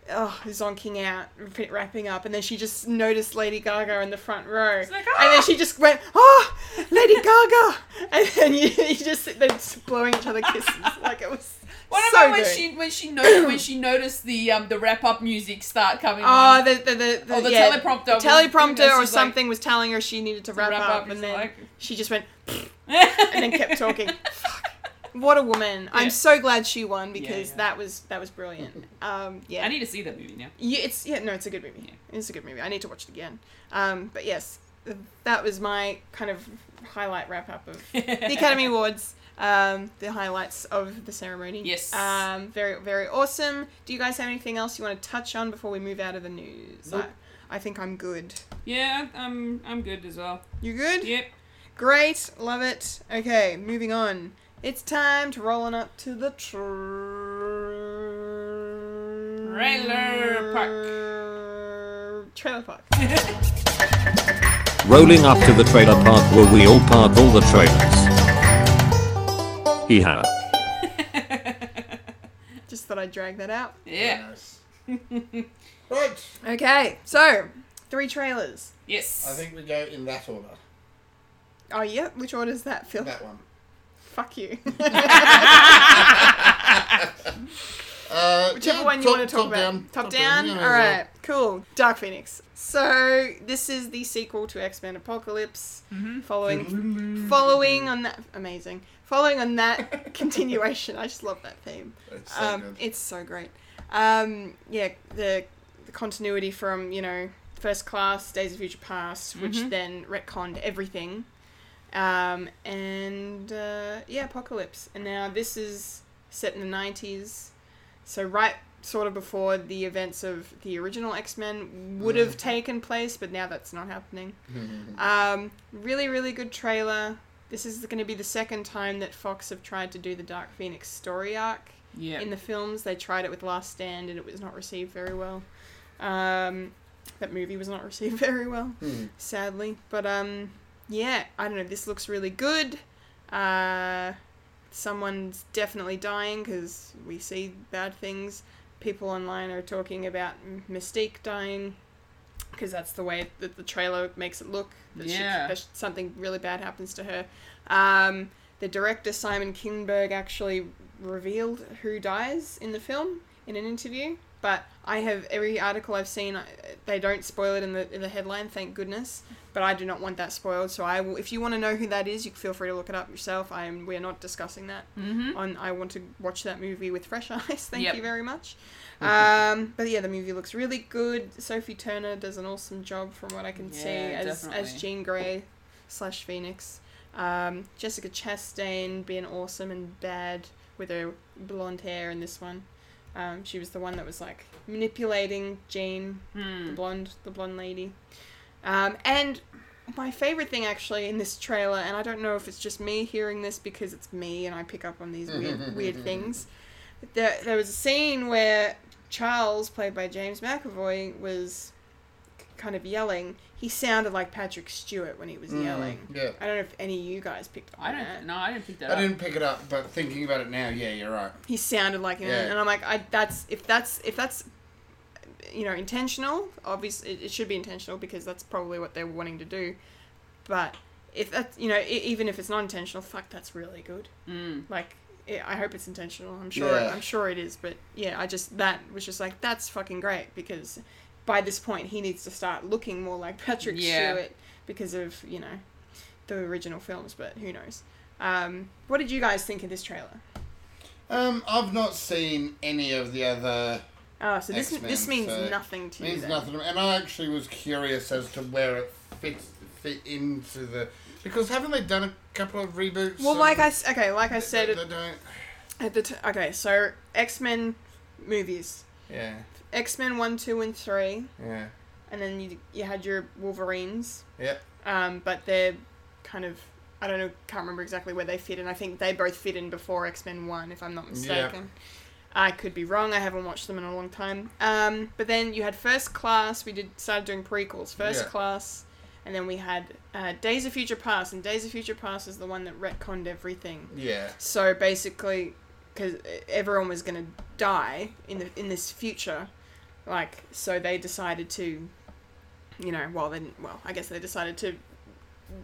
S8: Oh, zonking out, rap- wrapping up, and then she just noticed Lady Gaga in the front row,
S9: like,
S8: and then
S9: "Ah!"
S8: she just went, "Oh, Lady Gaga!" [laughs] and then you, you just sit there just blowing each other kisses, like it was
S9: What
S8: so
S9: about when
S8: good.
S9: she when she noticed when she noticed the um the wrap up music start coming
S8: Oh,
S9: on?
S8: the the the,
S9: Oh, the
S8: yeah,
S9: teleprompter
S8: the
S9: was-
S8: teleprompter
S9: this
S8: or
S9: was like-
S8: something was telling her she needed to wrap,
S9: wrap
S8: up,
S9: up,
S8: and
S9: it's
S8: then
S9: like-
S8: she just went
S9: [laughs]
S8: and then kept talking. [laughs] Fuck. What a woman!
S9: Yeah.
S8: I'm so glad she won because
S9: yeah.
S8: that was that was
S9: [laughs]
S8: brilliant. Um, yeah.
S9: I need to see that movie now.
S8: Yeah, it's yeah, no, it's a good movie. It's a good movie. I need to watch it again. Um, but yes, th- that was my kind of highlight wrap up
S9: [laughs]
S8: of the Academy Awards. Um, the highlights of the ceremony.
S9: Yes.
S8: Um, very very awesome. Do you guys have anything else you want to touch on before we move out of the news?
S10: Nope.
S8: I, I think I'm good.
S9: Yeah, I'm I'm good as well.
S8: You good?
S9: Yep.
S8: Great, love it. Okay, moving on. It's time to rolling up to the trailer
S9: Trailer park. [laughs]
S8: Trailer park.
S5: Rolling up to the trailer park where we all park all the trailers. Hee ha.
S8: Just thought I'd drag that out.
S9: Yeah.
S8: [laughs]
S10: Yes. right.
S8: Okay, so three trailers.
S9: Yes.
S10: I think we go in that order.
S8: Oh, yeah. Which order is that, Phil?
S10: That one.
S8: Fuck you.
S10: Uh,
S8: Whichever
S10: yeah,
S8: one you
S10: top-
S8: want to talk
S10: top
S8: about.
S10: Down.
S8: Top, down.
S10: yeah,
S8: All
S10: yeah.
S8: right. Cool. Dark Phoenix. So this is the sequel to X Men Apocalypse, following following on that amazing following on that [laughs] continuation. I just love that theme.
S10: It's so
S8: um,
S10: good.
S8: It's so great. Um, yeah, the, the continuity from you know First Class, Days of Future Past, which then retconned everything, um, and uh, yeah, Apocalypse. And now this is set in the nineties, so right sort of before the events of the original X Men would
S10: Mm.
S8: have taken place, but now that's not
S10: [laughs]
S8: happening. um, really, really good trailer. This is going to be the second time that Fox have tried to do the Dark Phoenix story arc
S9: Yeah.
S8: in the films. They tried it with Last Stand, and it was not received very well. Um, that movie was not [laughs] received very well, sadly. But um, yeah, I don't know. This looks really good. Uh, someone's definitely dying because we see bad things. People online are talking about M- Mystique dying because that's the way that the trailer makes it look. That she-
S9: Yeah.
S8: that sh- something really bad happens to her. Um, the director Simon Kinberg actually revealed who dies in the film in an interview. But I have every article I've seen. I- They don't spoil it in the in the headline, thank goodness. But I do not want that spoiled. So I will. If you want to know who that is, you feel free to look it up yourself. I am. We are not discussing that. Mm-hmm. On I want to watch that movie with fresh [laughs] eyes. Thank
S9: Yep.
S8: you very much. Um, but yeah, the movie looks really good. Sophie Turner does an awesome job, from what I can see,
S9: Yeah,
S8: as as
S9: definitely.
S8: Jean Grey. slash Phoenix. Um, Jessica Chastain being awesome and bad with her blonde hair in this one. Um, she was the one that was like manipulating Jean, the
S9: Hmm.
S8: blonde, the blonde lady. Um, and my favorite thing actually in this trailer, and I don't know if it's just me hearing this because it's me and I pick up on these weird, weird things. There, there was a scene where Charles, played by James McAvoy, was k- kind of yelling. He sounded like Patrick Stewart when he was yelling.
S10: yeah.
S8: I don't know if any of you guys picked up
S9: I
S8: on that.
S9: don't. No, I didn't pick that
S10: I
S9: up.
S10: didn't pick it up, but thinking about it now, yeah, you're right.
S8: he sounded like him,
S10: Yeah.
S8: and I'm like, I that's if that's if that's you know intentional. Obviously, it, it should be intentional because that's probably what they're wanting to do. But if that you know, e even if it's not intentional, fuck, that's really good. Mm. Like, it, I hope it's intentional. I'm sure.
S10: Yeah.
S8: I'm sure it is. But yeah, I just that was just like that's fucking great because by this point he needs to start looking more like Patrick
S9: Yeah.
S8: Stewart because of you know the original films. But who knows? Um, what did you guys think of this trailer?
S10: Um, I've not seen any of the other.
S8: Oh, so this
S10: X-Men,
S8: this means
S10: so-
S8: nothing to you.
S10: means
S8: Then.
S10: nothing. to me. And I actually was curious as to where it fits fit into the because haven't they done a couple of reboots?
S8: Well,
S10: of-
S8: like I s- okay, like I said
S10: they
S8: at,
S10: don't.
S8: at the t- okay, so X Men movies,
S10: Yeah,
S8: X Men one, two, and three,
S10: yeah,
S8: and then you you had your Wolverines,
S10: yeah.
S8: um, but they're kind of I don't know, can't remember exactly where they fit in. I think they both fit in before X Men one, if I'm not mistaken. I could be wrong. I haven't watched them in a long time. Um, but then you had First Class. We did started doing prequels. First
S10: Yeah.
S8: Class, and then we had uh, Days of Future Past, and Days of Future Past is the one that retconned everything.
S10: Yeah.
S8: So basically, because everyone was gonna die in the in this future, like so they decided to, you know, well they didn't, well I guess they decided to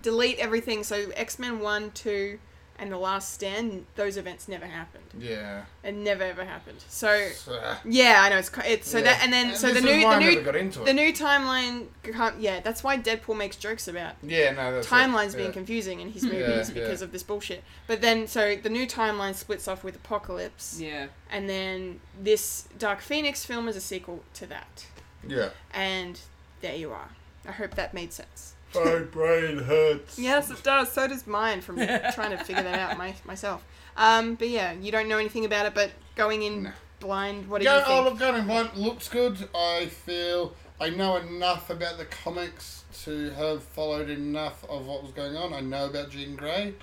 S8: delete everything. So X Men one, two, and the Last Stand, those events never happened.
S10: Yeah.
S8: It never ever happened. So
S10: So, ah,
S8: yeah, I know it's ki- it's so
S10: Yeah.
S8: that and then
S10: And
S8: so the
S10: this
S8: new
S10: is why
S8: the
S10: I
S8: new
S10: never got into it.
S8: the new timeline can't, yeah that's why Deadpool makes jokes about
S10: yeah, no, that's it.
S8: timelines being
S10: Yeah.
S8: confusing in his movies
S10: yeah.
S8: because of this bullshit. But then, so the new timeline splits off with Apocalypse,
S9: Yeah.
S8: and then this Dark Phoenix film is a sequel to that.
S10: Yeah.
S8: And there you are. I hope that made sense.
S10: [laughs] My brain hurts.
S8: Yes, it does. So does mine
S10: [laughs]
S8: from trying to figure that out my, myself. Um, but yeah, you don't know anything about it, but going in blind, what do
S10: Go,
S8: you
S10: oh,
S8: think?
S10: look, Gun in One looks good. I feel I know enough about the comics to have followed enough of what was going on. I know about Jean Grey,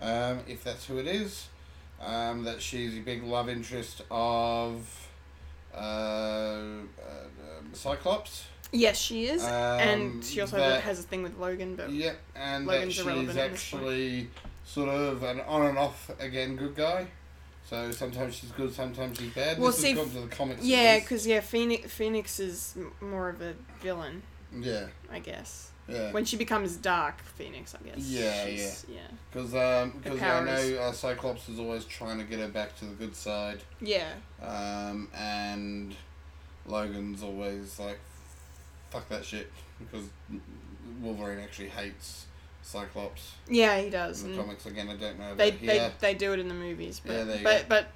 S10: um, if that's who it is, um, that she's a big love interest of uh, uh, um, Cyclops.
S8: yes, she is,
S10: Um,
S8: and she also
S10: that-
S8: has a thing with Logan, but
S10: Yep, and
S8: Logan's
S10: that
S8: irrelevant
S10: she's
S8: at this point.
S10: actually sort of an on and off again good guy. So sometimes she's good, sometimes she's bad.
S8: Well,
S10: this
S8: see,
S10: has gone to the comics. at
S8: yeah,
S10: least.
S8: because yeah, Phoenix Phoenix is m- more of a villain.
S10: yeah,
S8: I guess.
S10: yeah.
S8: When she becomes Dark Phoenix, I guess.
S10: Yeah,
S8: She's- yeah.
S10: Because um,
S8: Her
S10: because I
S8: powers.
S10: know uh, Cyclops is always trying to get her back to the good side,
S8: Yeah.
S10: um, and Logan's always like, "Fuck that shit," because Wolverine actually hates Cyclops
S8: Yeah, he does.
S10: in the
S8: and
S10: comics. Again, I don't know
S8: Mm.
S10: about
S8: they,
S10: here.
S8: they they do it in the movies, but
S10: Yeah, there you
S8: but but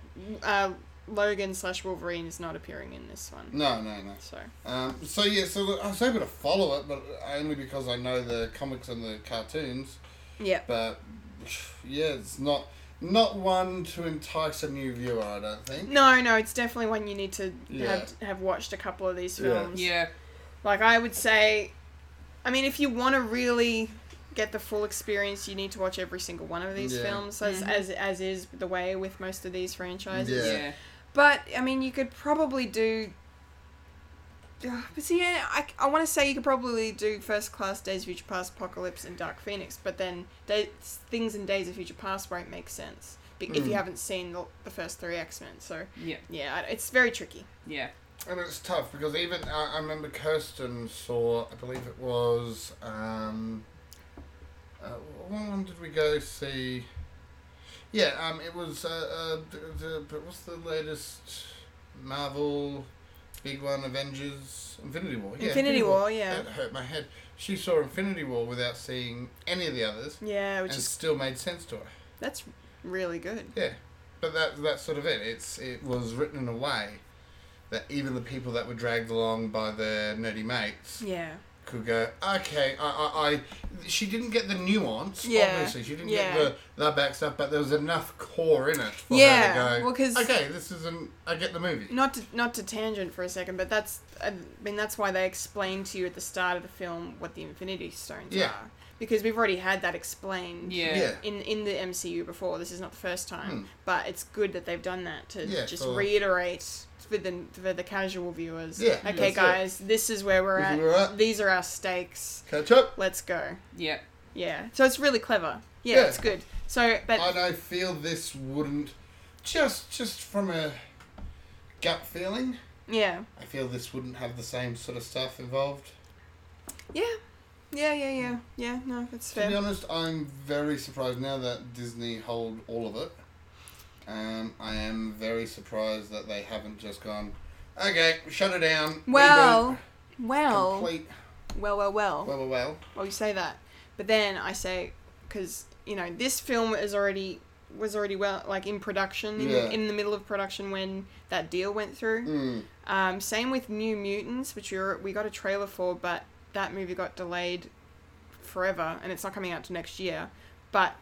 S8: uh, Logan slash Wolverine is not appearing in this one.
S10: no, no, no.
S8: So
S10: Um, so yeah, so I was able to follow it, but only because I know the comics and the cartoons.
S8: yeah,
S10: But [sighs] yeah, it's not not one to entice a new viewer. I don't think.
S8: no, no, it's definitely one you need to
S10: Yeah.
S8: have have watched a couple of these
S10: Yeah.
S8: films.
S9: Yeah.
S8: Like I would say, I mean, if you want to really get the full experience, you need to watch every single one of these
S10: Yeah.
S8: films, as, as as is the way with most of these franchises.
S10: Yeah.
S9: Yeah.
S8: But I mean, you could probably do. Ugh, But see, yeah, I, I want to say you could probably do First Class, Days of Future Past, Apocalypse, and Dark Phoenix, but then days, things in Days of Future Past won't make sense be- if you haven't seen the, the first three X Men. So,
S9: Yeah.
S8: yeah, I- it's very tricky.
S9: Yeah.
S10: And it's tough because even I, I remember Kirsten saw, I believe it was, um, uh, what one did we go see? Yeah, um, it was. Uh, uh, the, the, what's the latest Marvel big one? Avengers, Infinity War. Yeah,
S8: Infinity War, yeah.
S10: That hurt my head. She saw Infinity War without seeing any of the others,
S8: Yeah,
S10: and
S8: which is.
S10: still made sense to her.
S8: That's really good.
S10: Yeah, but that that's sort of it. It's it was written in a way that even the people that were dragged along by their nerdy mates
S8: Yeah.
S10: could go, okay, I, I, I, she didn't get the nuance,
S8: Yeah.
S10: obviously. She didn't
S8: Yeah.
S10: get the, that back stuff, but there was enough core in it for her
S8: Yeah,
S10: to go,
S8: well, 'cause-
S10: okay, this isn't, I get the movie.
S8: Not to, not to tangent for a second, but that's I mean that's why they explain to you at the start of the film what the Infinity Stones
S10: Yeah.
S8: are because we've already had that explained
S9: Yeah.
S10: Yeah. Hmm.
S8: in in the MCU before. This is not the first time, but it's good that they've done that to
S10: Yeah,
S8: just
S10: for-
S8: reiterate for the for the casual viewers.
S10: Yeah,
S8: okay,
S10: that's it.
S8: guys, this is where we're
S10: This is
S8: at.
S10: where we're at.
S8: These are our stakes.
S10: Catch up.
S8: Let's go.
S9: Yeah.
S8: Yeah. So it's really clever. Yeah,
S10: Yeah.
S8: it's good. So, but
S10: And I feel this wouldn't, just, just from a gut feeling,
S8: yeah,
S10: I feel this wouldn't have the same sort of stuff involved.
S8: yeah, yeah, yeah, yeah, yeah. No, that's
S10: To be
S8: fair.
S10: honest, I'm very surprised now that Disney hold all of it. Um, I am very surprised that they haven't just gone, okay, shut it down.
S8: Well,
S10: reboot,
S8: well,
S10: complete,
S8: well, well, well.
S10: well, well, well.
S8: Well, you say that, but then I say because you know this film is already was already well like in production in,
S10: Yeah. Mm.
S8: in the middle of production when that deal went through. Um, same with New Mutants, which we were, we got a trailer for, but that movie got delayed forever, and it's not coming out till next year. But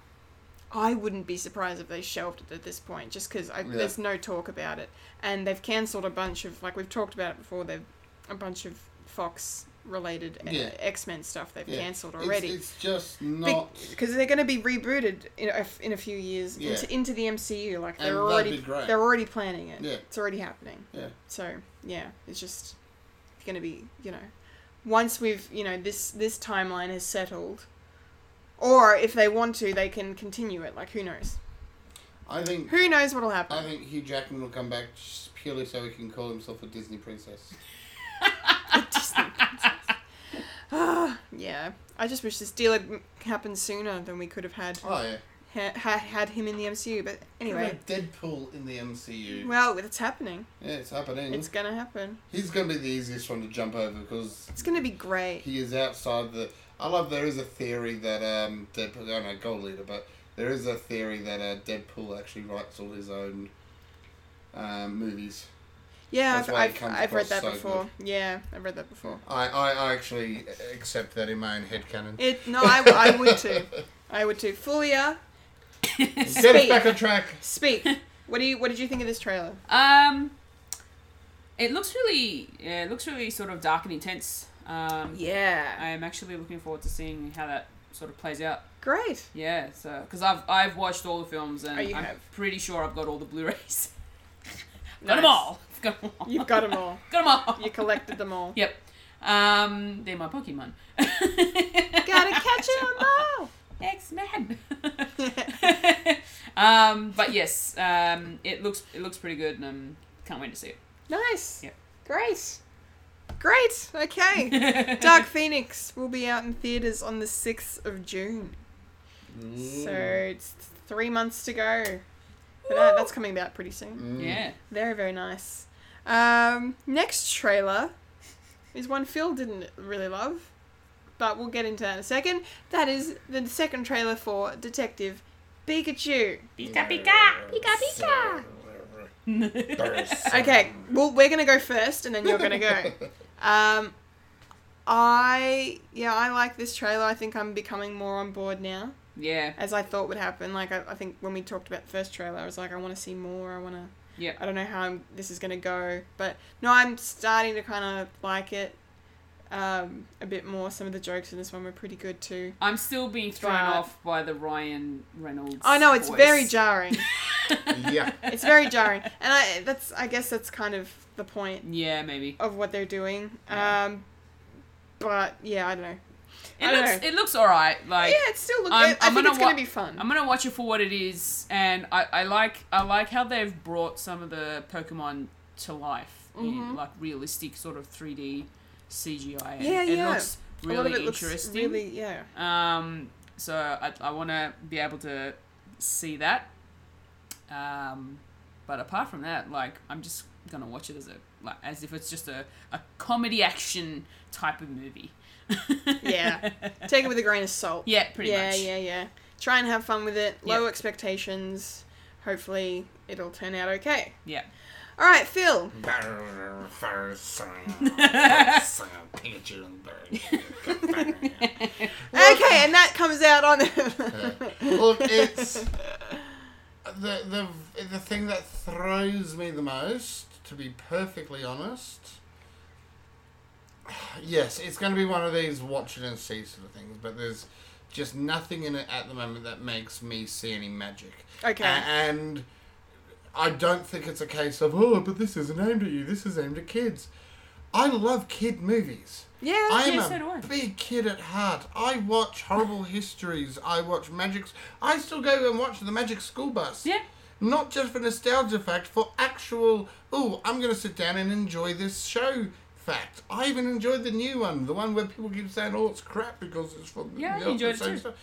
S8: I wouldn't be surprised if they shelved it at this point, just because there's no talk about it, and they've cancelled a bunch of like we've talked about it before. They've a bunch of Fox related
S10: Yeah.
S8: X Men stuff they've
S10: Yeah.
S8: cancelled
S10: It's-
S8: already.
S10: It's, just not.
S8: because they're going to be rebooted in a, in a few years
S10: Yeah.
S8: into, into the MCU. Like
S10: And
S8: they're
S10: that'd
S8: already
S10: be great.
S8: they're already planning it.
S10: Yeah.
S8: It's already happening.
S10: Yeah.
S8: So yeah, it's just going to be you know once we've you know this this timeline is settled, or if they want to, they can continue it. Like who knows?
S10: I think.
S8: Who knows what'll
S10: I
S8: happen?
S10: think Hugh Jackman will come back just purely so he can call himself a Disney princess.
S8: Yeah. I just wish this deal had m- happened sooner than we could have had
S10: Oh yeah.
S8: ha- ha- had him in the MCU. But anyway,
S10: Like Deadpool in the MCU.
S8: well, it's happening.
S10: yeah, it's happening.
S8: It's gonna happen.
S10: He's going to be the easiest one to jump over because
S8: It's gonna be great.
S10: he is outside the. I love there is a theory that um Deadpool. I don't know Gold Leader, but there is a theory that uh, Deadpool actually writes all his own um, movies.
S8: Yeah,
S10: That's
S8: I've,
S10: why it
S8: I've,
S10: comes
S8: I've read
S10: across
S8: that
S10: so
S8: before. Yeah, I've read that
S10: [laughs]
S8: before.
S10: I, I, I actually accept that in my own head canon.
S8: It no, I, w- I would too. I would too. Fulia,
S10: Get us
S8: Speak.
S10: back on track.
S8: speak. What do you What did you think of this trailer?
S9: Um, it looks really, yeah, it looks really sort of dark and intense. Um,
S8: Yeah,
S9: I am actually looking forward to seeing how that sort of plays out.
S8: great.
S9: Yeah, so because I've I've watched all the films and
S8: Oh, you
S9: I'm
S8: have.
S9: pretty sure I've got all the Blu-rays. [laughs] got
S8: Nice.
S9: them all. Got them all.
S8: You've got them all.
S9: [laughs] Got them all.
S8: You collected them
S9: [laughs]
S8: all.
S9: Yep. Um, they're my Pokemon. [laughs]
S8: Gotta catch them all.
S9: X Men. [laughs] um, but yes, um, it looks it looks pretty good, and um, can't wait to see it.
S8: Nice.
S9: Yep.
S8: Great. Great.
S9: [laughs]
S8: Okay. Dark Phoenix will be out in theaters on the sixth of June. So it's three months to go. But that, that's coming out pretty soon.
S9: Yeah.
S8: Very, very nice. Um, next trailer is one Phil didn't really love, but we'll get into that in a second. That is the second trailer for Detective Pikachu.
S9: Pika pika.
S8: Okay, well, we're going to go first and then you're going to go. Um, I, yeah, I like this trailer. I think I'm becoming more on board now,
S9: Yeah.
S8: as I thought would happen. Like, I, I think when we talked about the first trailer, I was like, I want to see more. I want to.
S9: Yep.
S8: I don't know how I'm, this is going to go, but no, I'm starting to kind of like it um, a bit more. Some of the jokes in this one were pretty good too.
S9: I'm still being thrown
S8: Right.
S9: off by the Ryan Reynolds.
S8: I know it's
S9: voice.
S8: very [laughs] jarring.
S10: Yeah.
S8: it's very jarring, and I that's I guess that's kind of the point
S9: Yeah, maybe.
S8: of what they're doing.
S9: Yeah.
S8: Um, but yeah, I don't know.
S9: It
S8: I don't
S9: looks
S8: know.
S9: it looks alright. Like
S8: yeah, it still looks.
S9: I'm-
S8: I, I think
S9: I'm gonna
S8: it's going
S9: wa-
S8: to be fun.
S9: I'm gonna watch it for what it is, and I, I like I like how they've brought some of the Pokemon to life
S8: Mm-hmm.
S9: in like realistic sort of 3D CGI.
S8: Yeah,
S9: it
S8: yeah.
S9: looks really
S8: a lot of it looks [laughs]
S9: interesting.
S8: really, yeah.
S9: Um, so I, I want to be able to see that. Um, but apart from that, like I'm just gonna watch it as a like as if it's just a, a comedy action type of movie. [laughs]
S8: Yeah. Take it with a grain of salt.
S9: Yeah, pretty
S8: yeah,
S9: much.
S8: Yeah, yeah, Try and have fun with it. Low
S9: Yeah.
S8: expectations. Hopefully, it'll turn out okay.
S9: Yeah.
S8: [laughs] All right, Phil. [laughs] Okay, and that comes out on [laughs]
S9: [laughs]
S10: Look, it's the the the thing that throws me the most, to be perfectly honest. Yes, it's going to be one of these watch it and see sort of things, but there's just nothing in it at the moment that makes me see any magic.
S8: Okay.
S10: A- and I don't think it's a case of oh, but this isn't aimed at you. This is aimed at kids. I love kid movies.
S8: Yeah,
S10: I am
S9: yeah,
S10: a
S9: so do I.
S10: big kid at heart. I watch horrible histories. I watch magic. I still go and watch the Magic School Bus.
S9: Yeah.
S10: Not just for nostalgia fact, for actual. Oh, I'm gonna sit down and enjoy this show. Fact. I even enjoyed the new one, the one where people keep saying, "Oh, it's crap" because it's from the
S9: Yeah, I
S10: the
S9: enjoyed it
S10: same
S9: too.
S10: stuff.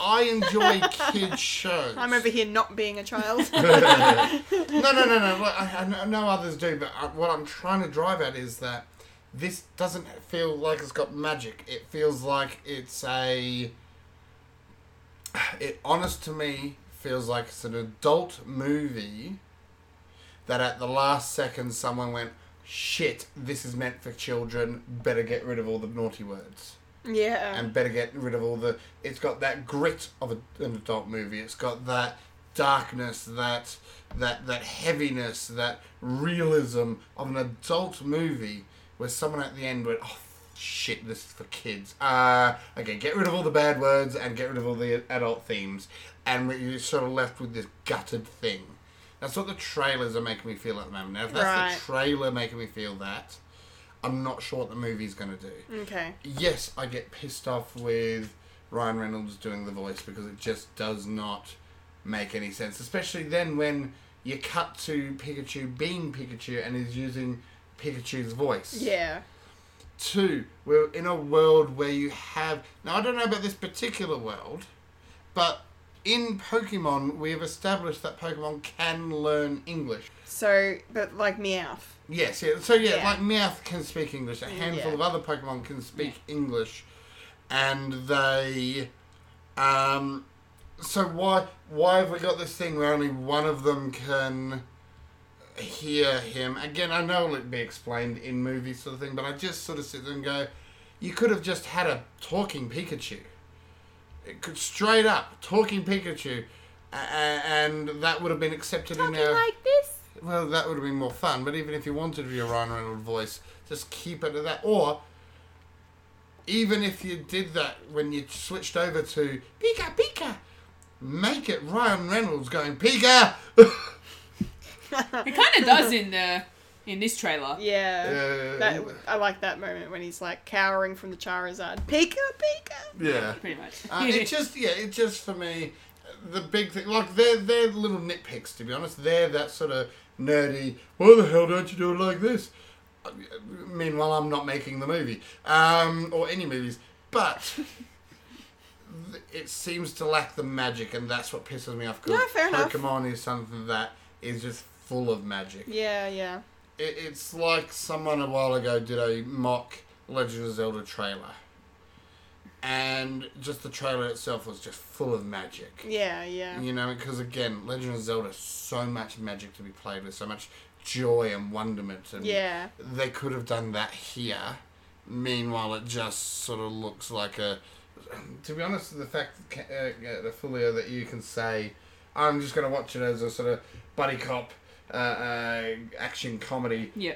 S10: I enjoy kid [laughs] shows.
S8: I'm over here not being a child.
S10: No, no, no, no. Like, I, I know- I know others do, but I, what I'm trying to drive at is that this doesn't feel like it's got magic. It feels like it's a. [sighs] It honest to me feels like it's an adult movie that at the last second someone went, shit, this is meant for children, better get rid of all the naughty words
S8: yeah.
S10: [laughs] and better get rid of all the. It's got that grit of a, an adult movie. It's got that darkness, that that that heaviness, that realism of an adult movie, where someone at the end went, "Oh shit, this is for kids." Uh, okay, get rid of all the bad words and get rid of all the adult themes, and we- you're sort of left with this gutted thing. That's what the trailers are making me feel at the moment. Now, if that's
S8: Right.
S10: the trailer making me feel that, I'm not sure what the movie's going to do
S8: okay.
S10: yes, I get pissed off with Ryan Reynolds doing the voice because it just does not make any sense. Especially then when you cut to Pikachu being Pikachu and is using Pikachu's voice.
S8: Yeah.
S10: Two, we're in a world where you have. Now, I don't know about this particular world, but in Pokemon, we have established that Pokemon can learn English.
S8: So, but like Meowth.
S10: Yes, yeah. So yeah,
S8: Yeah.
S10: like Meowth can speak English. A handful
S8: Yeah.
S10: of other Pokemon can speak English, and they, um, so why why have we got this thing where only one of them can hear him? Again, I know it'll be explained in movies sort of thing, but I just sort of sit there and go, you could have just had a talking Pikachu. It could straight up talking Pikachu, a- a- and that would have been accepted in our
S8: this.
S10: well, that would have been more fun. But even if you wanted to be a Ryan Reynolds voice, just keep it at that. Or even if you did that when you switched over to Pika Pika, make it Ryan Reynolds going Pika. [laughs] Uh,
S9: It kind
S8: [laughs]
S9: of does in the in this trailer.
S8: Yeah.
S10: Yeah.
S8: That, I like that moment when he's like cowering from the Charizard. Pika, Pika.
S10: yeah.
S9: Pretty much.
S10: Uh, it just yeah, it just for me the big thing like they're they're little nitpicks to be honest. They're that sort of nerdy. Why the hell don't you do it like this? Uh, Meanwhile, I'm not making the movie um, or any movies,
S8: [laughs]
S10: but th- it seems to lack the magic, and that's what pisses me off. Because
S8: No, fair enough.
S10: Pokemon is something that is just full of magic
S8: Yeah, yeah.
S10: it, it's like someone a while ago did a mock Legend of Zelda trailer. And just the trailer itself was just full of magic.
S8: Yeah, yeah.
S10: You know, because again, Legend of Zelda, so much magic to be played with, so much joy and wonderment. And
S8: Yeah.
S10: They could have done that here. Meanwhile, it just sort of looks like a. To be honest, the fact, uh, uh, the folio that you can say, I'm just going to watch it as a sort of buddy cop uh, uh, action comedy
S9: [laughs] yeah.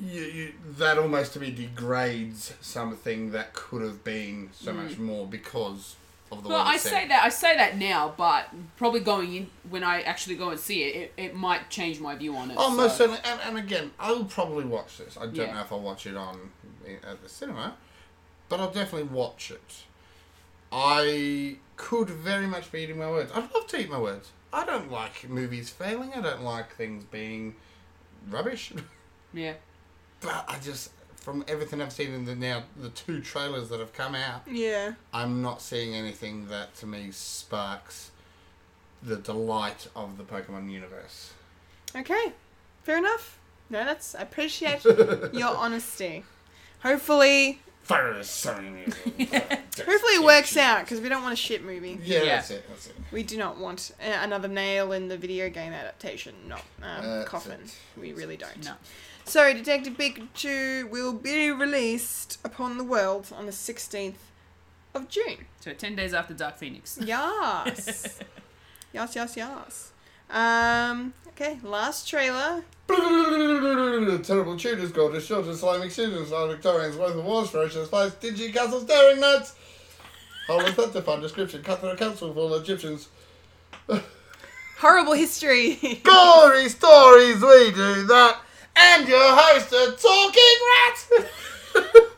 S10: you, you, that almost to me degrades something that could have been so much more because of the
S9: Mm. Well,
S10: way
S9: I
S10: it's set.
S9: say that I say that now, but probably going in when I actually go and see it, it, it might change my view on it.
S10: Oh, most
S9: so-
S10: certainly. And, and again, I'll probably watch this. I don't
S9: Yeah.
S10: know if I'll watch it on i- at the cinema, but I'll definitely watch it. I could very much be eating my words. I'd love to eat my words. I don't like movies failing. I don't like things being rubbish. [laughs]
S9: Yeah.
S10: but I just, from everything I've seen in the now, the two trailers that have come out,
S8: Yeah.
S10: I'm not seeing anything that to me sparks the delight of the Pokemon universe.
S8: Okay.
S10: [laughs]
S8: Fair enough. No, that's I appreciate your honesty. Hopefully
S10: Fire the [laughs] sun.
S8: Hopefully it works out because we don't want a shit movie.
S10: Yeah,
S9: Yeah.
S10: that's it. That's it. [laughs]
S8: We do not want uh, another nail in the video game adaptation, not um,
S10: That's
S8: coffin.
S10: it.
S8: We really don't.
S9: No.
S8: So, Detective Pikachu will be released upon the world on the 16th of June.
S9: So ten days after Dark Phoenix. [laughs]
S8: Yes. yes, yes, yes. Um, okay, last trailer.
S10: Terrible tutors, gorgeous children, Islamic students, are Victorians, worth the wars, ferocious spies, dingy castle, staring knights. Whole of that fun description, Catholic council full of Egyptians.
S8: Horrible history.
S10: Gory stories, we do that. And your host, a talking rat.
S8: [laughs]
S10: [laughs]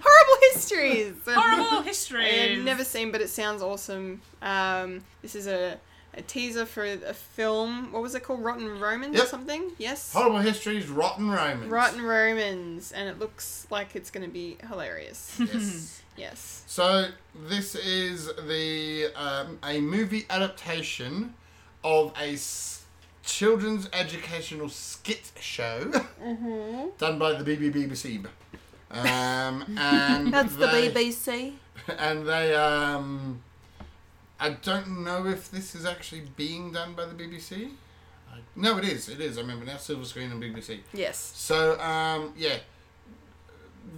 S8: Horrible histories.
S9: Horrible
S8: I
S9: history.
S8: had never seen, but it sounds awesome. Um, this is a, a teaser for a film. What was it called? Rotten Romans or
S10: Yep.
S8: something? Yes.
S10: Horrible histories, rotten Romans.
S8: Rotten Romans, and it looks like it's going to be hilarious.
S10: Yes.
S8: yes.
S10: So this is the um, a movie adaptation of a s- children's educational skit show done by the BBC. Um, and they-
S8: BBC.
S10: And they um, I don't know if this is actually being done by the BBC. I, no, it is. It is. I remember now. Silver screen and BBC.
S8: Yes.
S10: So um, yeah,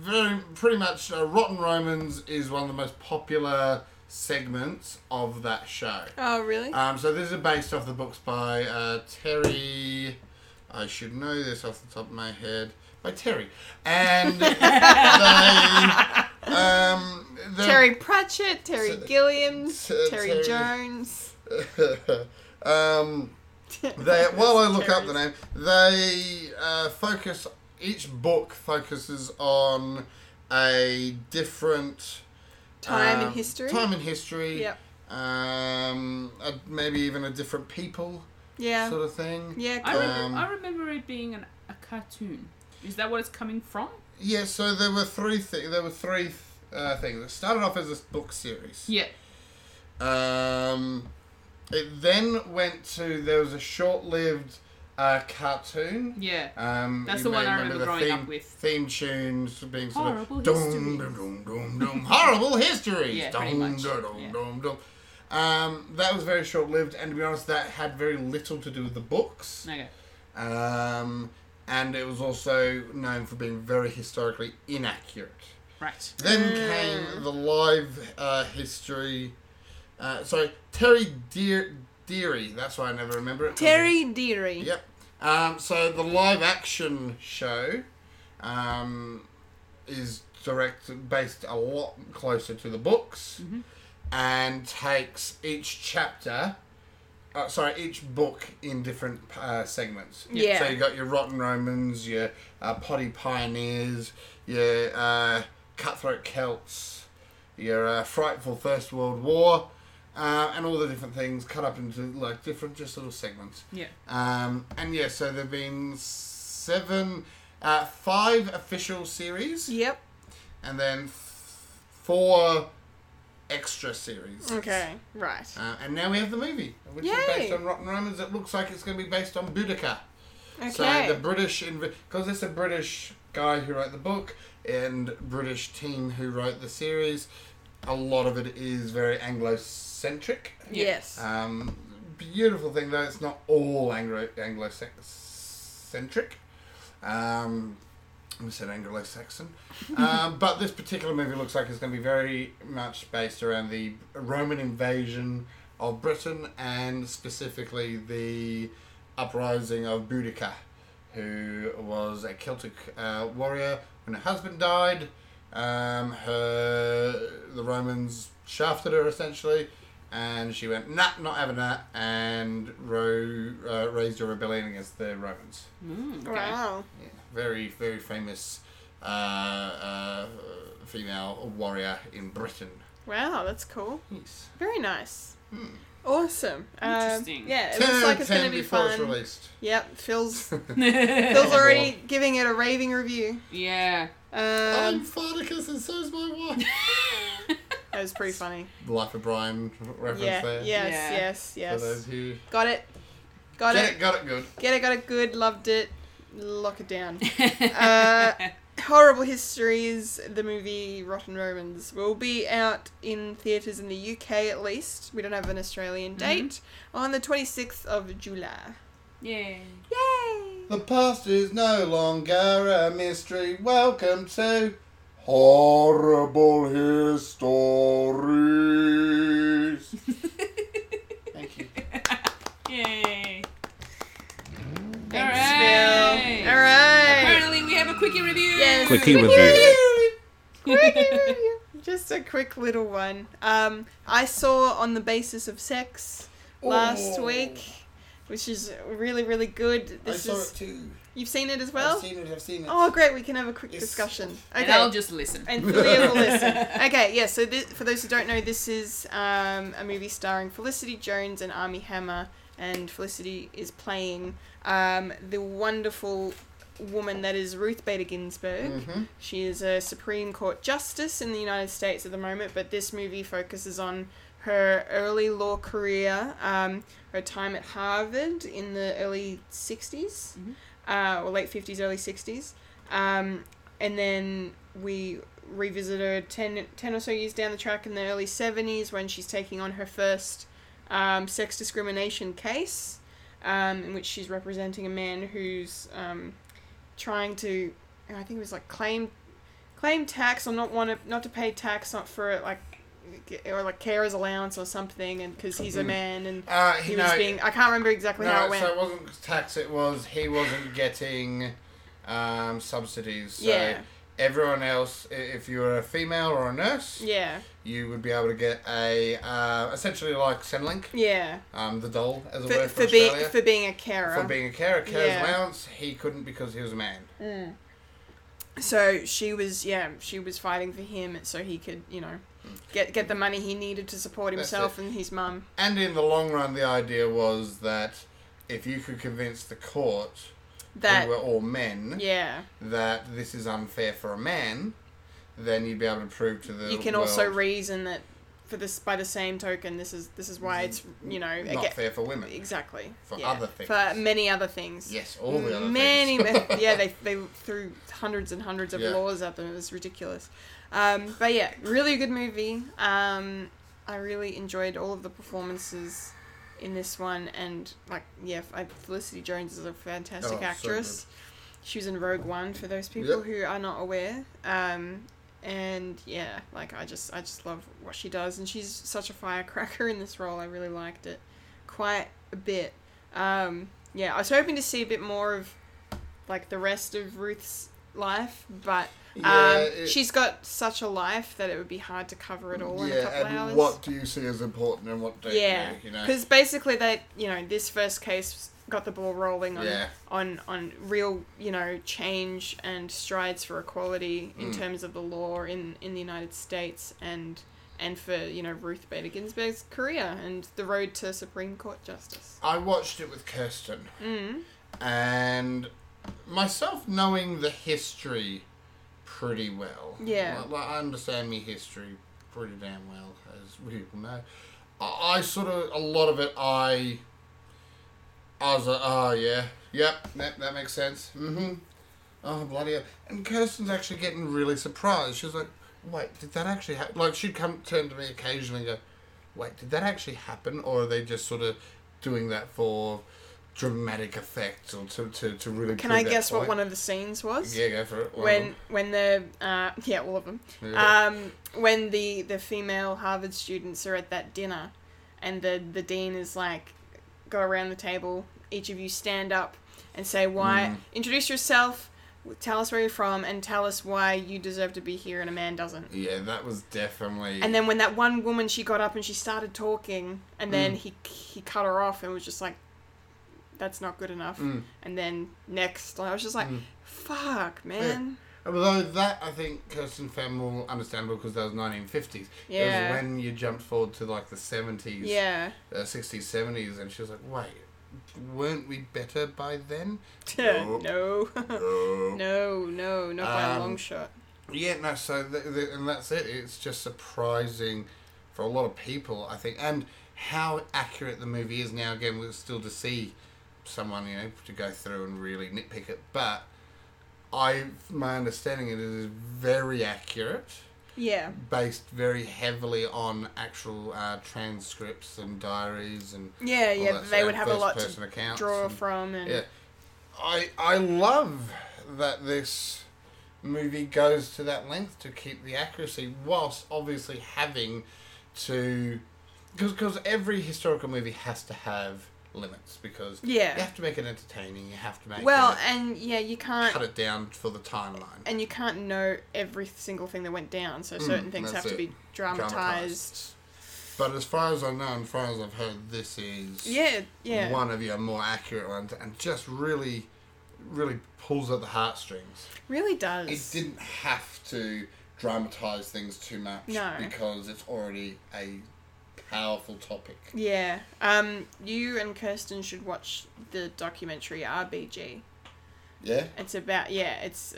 S10: very pretty much uh, Rotten Romans is one of the most popular segments of that show.
S8: Oh, really?
S10: Um, so this is based off the books by uh, Terry. I should know this off the top of my head. By Terry, and they, um, they're-
S8: Terry Pratchett, Terry
S10: So the-
S8: Gilliam,
S10: so uh,
S8: Terry,
S10: Terry-
S8: Jones.
S10: um, they while I look up the name, they uh, focus. Each book focuses on a different
S8: Time in
S10: um,
S8: history.
S10: Time in history.
S8: Yep.
S10: Um, uh, maybe even a different people
S8: Yeah.
S10: sort of thing.
S8: yeah.
S9: I
S8: cool.
S9: remember,
S10: Um,
S9: I remember it being an, a cartoon. Is that what it's coming from?
S10: Yeah. So there were three. Th- there were three th- uh, things. It started off as a book series.
S9: Yeah.
S10: Um, it then went to there was a short-lived uh, cartoon.
S9: Yeah.
S10: Um,
S9: That's
S10: you
S9: the one
S10: may
S9: I remember growing
S10: theme,
S9: up with.
S10: Theme tunes being sort
S9: Horrible
S10: of dum
S9: histories.
S10: dum dum dum dum horrible historiries.
S9: Yeah,
S10: dum,
S9: pretty much.
S10: Dum, dum,
S9: Yeah.
S10: dum, dum. Um, that was very short lived, and to be honest, that had very little to do with the books.
S9: Okay.
S10: Um, and it was also known for being very historically inaccurate.
S9: Right.
S10: Then came the live uh, history. Uh, sorry, Terry Dear Deary. That's why I never remember it. 'cause
S8: Terry Deary.
S10: Yep. Um, so the live action show um, is direct based a lot closer to the books and takes each chapter. Uh, sorry, each book in different uh, segments.
S8: Yeah.
S10: So you got your Rotten Romans, your uh, Potty Pioneers, your uh, Cutthroat Celts, your uh, Frightful First World War, uh, and all the different things cut up into like different just little segments.
S9: Yeah.
S10: Um, and yeah, so there've been seven, uh, five official series,
S8: Yep.
S10: and then f- four extra series.
S8: Okay. Right.
S10: Uh, and now we have the movie, which is
S8: Yay.
S10: based on Rotten Romans. It looks like it's going to be based on Boudica.
S8: Okay.
S10: So the British, because it's a British guy who wrote the book and British team who wrote the series, a lot of it is very Anglo-centric.
S8: yes.
S10: Um, beautiful thing though, it's not all Anglo Anglo centric. Um, I said Anglo Saxon, um, but this particular movie looks like it's going to be very much based around the Roman invasion of Britain and specifically the uprising of Boudicca, who was a Celtic uh, warrior. When her husband died, um, her the Romans shafted her essentially, and she went nah, not having that, and ro- uh, raised a rebellion against the Romans.
S8: Wow.
S10: Yeah, very very famous uh, uh, female warrior in Britain.
S8: Wow, that's cool.
S10: Yes.
S8: Very nice.
S10: Hmm.
S8: Awesome. Um,
S9: Interesting.
S8: yeah, it looks like it's going to be
S10: before
S8: fun.
S10: it's released.
S8: Yep, Phil's Phil's already giving it a raving review.
S9: Yeah. [laughs]
S10: I'm
S8: Um,
S10: Farticus and so's my
S8: [laughs]
S10: wife.
S8: that was pretty funny.
S10: Life of Brian reference
S8: Yeah,
S10: there.
S8: yes,
S9: Yeah.
S8: yes,
S10: For those
S8: yes.
S10: who
S8: Got it. Got
S10: Get
S8: it.
S10: it, got it good.
S8: Get it, got it good. Loved it. Lock it down. Uh, Horrible Histories, the movie Rotten Romans, will be out in theatres in the UK at least. We don't have an Australian date. On the 26th of July.
S9: Yeah.
S8: Yay!
S10: The past is no longer a mystery. Welcome to Horrible Histories. Thank you.
S9: Yay.
S8: Thanks, Phil. All right.
S9: Apparently, we have a quickie review.
S8: Yes.
S5: Quickie review.
S8: [laughs] Just a quick little one. Um, I saw On the Basis of Sex last
S10: Oh.
S8: week, which is really, really good. This
S10: I saw
S8: is
S10: it too.
S8: you've seen it as well.
S10: I've seen it. I've seen it.
S8: Oh, great! We can have a quick
S10: Yes.
S8: discussion. Okay.
S9: And I'll just listen.
S8: and Philia will listen. Okay, yeah. So this, for those who don't know, this is um, a movie starring Felicity Jones and Army Hammer, and Felicity is playing um, the wonderful woman that is Ruth Bader Ginsburg. She is a Supreme Court justice in the United States at the moment, but this movie focuses on her early law career, um, her time at Harvard in the early 60s, uh, or late 50s, early 60s. Um, and then we revisit her 10, 10 or so years down the track in the early 70s when she's taking on her first um, sex discrimination case, um, in which she's representing a man who's um, trying to, I think it was like claim claim tax or not want to not to pay tax not for like or like carer's allowance or something and because he's a man and
S10: Uh,
S8: he
S10: no,
S8: was being I can't remember exactly how it
S10: no,
S8: went.
S10: so it wasn't tax. It was he wasn't getting um, subsidies. So
S8: Yeah.
S10: Everyone else, i- if you were a female or a nurse,
S8: yeah,
S10: you would be able to get a uh, essentially like Centrelink,
S8: yeah.
S10: um, the doll as it
S8: For,
S10: were for,
S8: for, being
S10: Australia.
S8: for being a carer.
S10: for being a carer, carer's
S8: Yeah. Mm.
S10: allowance, he couldn't because he was a man.
S8: So she was, yeah, she was fighting for him so he could, you know, get get the money he needed to support
S10: That's
S8: himself
S10: it.
S8: and his mum.
S10: And in the long run, the idea was that if you could convince the court,
S8: That,
S10: who were all men,
S8: yeah,
S10: that this is unfair for a man, then you'd be able to prove to the
S8: you can also
S10: world
S8: reason that for this by the same token, this is this is why it's you know
S10: not
S8: aga-
S10: fair for women.
S8: exactly
S10: For
S8: yeah.
S10: other
S8: for
S10: things.
S8: many other things.
S10: Yes, all the other
S8: many,
S10: things. [laughs]
S8: ma- yeah, they they threw hundreds and hundreds of
S10: Yeah.
S8: laws at them. It was ridiculous. Um, but yeah, really good movie. Um, I really enjoyed all of the performances in this one, and like yeah, I, Felicity Jones is a fantastic
S10: Oh, so
S8: actress. she was in Rogue One for those people
S10: Yep.
S8: who are not aware. Um, and yeah, like I just I just love what she does, and she's such a firecracker in this role. I really liked it quite a bit. Um, yeah, I was hoping to see a bit more of like the rest of Ruth's life, but um,
S10: Yeah, it-
S8: she's got such a life that it would be hard to cover it all in a couple
S10: yeah, and
S8: hours.
S10: what do you see as important and what don't
S8: yeah,
S10: you? You know,
S8: because basically they, you know, this first case got the ball rolling on
S10: Yeah.
S8: on on real, you know, change and strides for equality
S10: Mm.
S8: in terms of the law in in the United States and and for you know Ruth Bader Ginsburg's career and the road to Supreme Court justice.
S10: I watched it with Kirsten,
S8: Mm.
S10: and myself knowing the history pretty well.
S8: Yeah.
S10: like, like, I understand me history pretty damn well, as we all know. I, I sort of a lot of it. I, I was like, oh yeah, yep, that, that makes sense. Mm-hmm. Oh bloody hell! And Kirsten's actually getting really surprised. She was like, "Wait, did that actually happen?" Like she'd come turn to me occasionally and go, "Wait, did that actually happen, or are they just sort of doing that for dramatic effect or to to, to really?"
S8: Can I guess what one of the scenes was?
S10: Yeah, go for it. One of
S8: when
S10: them.
S8: when the uh, [laughs] yeah all of them
S10: Yeah.
S8: um, when the the female Harvard students are at that dinner and the the dean is like go around the table each of you stand up and say
S10: Mm.
S8: why introduce yourself tell us where you're from and tell us why you deserve to be here and a man doesn't
S10: yeah, that was definitely.
S8: and then when that one woman she got up and she started talking and
S10: Mm.
S8: then he he cut her off and was just like that's not good enough
S10: Mm.
S8: and then next I was just like fuck man
S10: Although that, I think Kirsten found more understandable because that was 1950s.
S8: Yeah.
S10: It was when you jumped forward to like the 70s.
S8: Yeah. [laughs]
S10: uh, 60s, 70s, and she was like, wait, weren't we better by then?
S8: no.
S10: No.
S8: [laughs] no, no, not by a
S10: Um,
S8: long shot.
S10: Yeah, no, so, th- th- and that's it. It's just surprising for a lot of people, I think, and how accurate the movie is now. Again, we're still to see someone, you know, to go through and really nitpick it, but I my understanding it is very accurate,
S8: Yeah.
S10: based very heavily on actual uh, transcripts and diaries and
S8: Yeah,
S10: all
S8: yeah.
S10: that
S8: they
S10: sort
S8: would have
S10: of
S8: a lot
S10: first-person
S8: to
S10: accounts
S8: draw
S10: and-
S8: from, and
S10: Yeah, I I love that this movie goes to that length to keep the accuracy, whilst obviously having to, because every historical movie has to have limits because
S8: Yeah.
S10: you have to make it entertaining, you have to make
S8: well,
S10: it,
S8: and yeah, you can't
S10: cut it down for the timeline.
S8: and you can't know every single thing that went down, so certain things
S10: Mm, that's
S8: have to
S10: it.
S8: be dramatized.
S10: But as far as I know, and as far as I've heard, this is
S8: Yeah, yeah.
S10: one of your more accurate ones, and just really, really pulls at the heartstrings.
S8: Really does.
S10: It didn't have to dramatize things too much
S8: No.
S10: because it's already a powerful topic.
S8: Yeah. Um, you and Kirsten should watch the documentary RBG.
S10: Yeah,
S8: It's about yeah, it's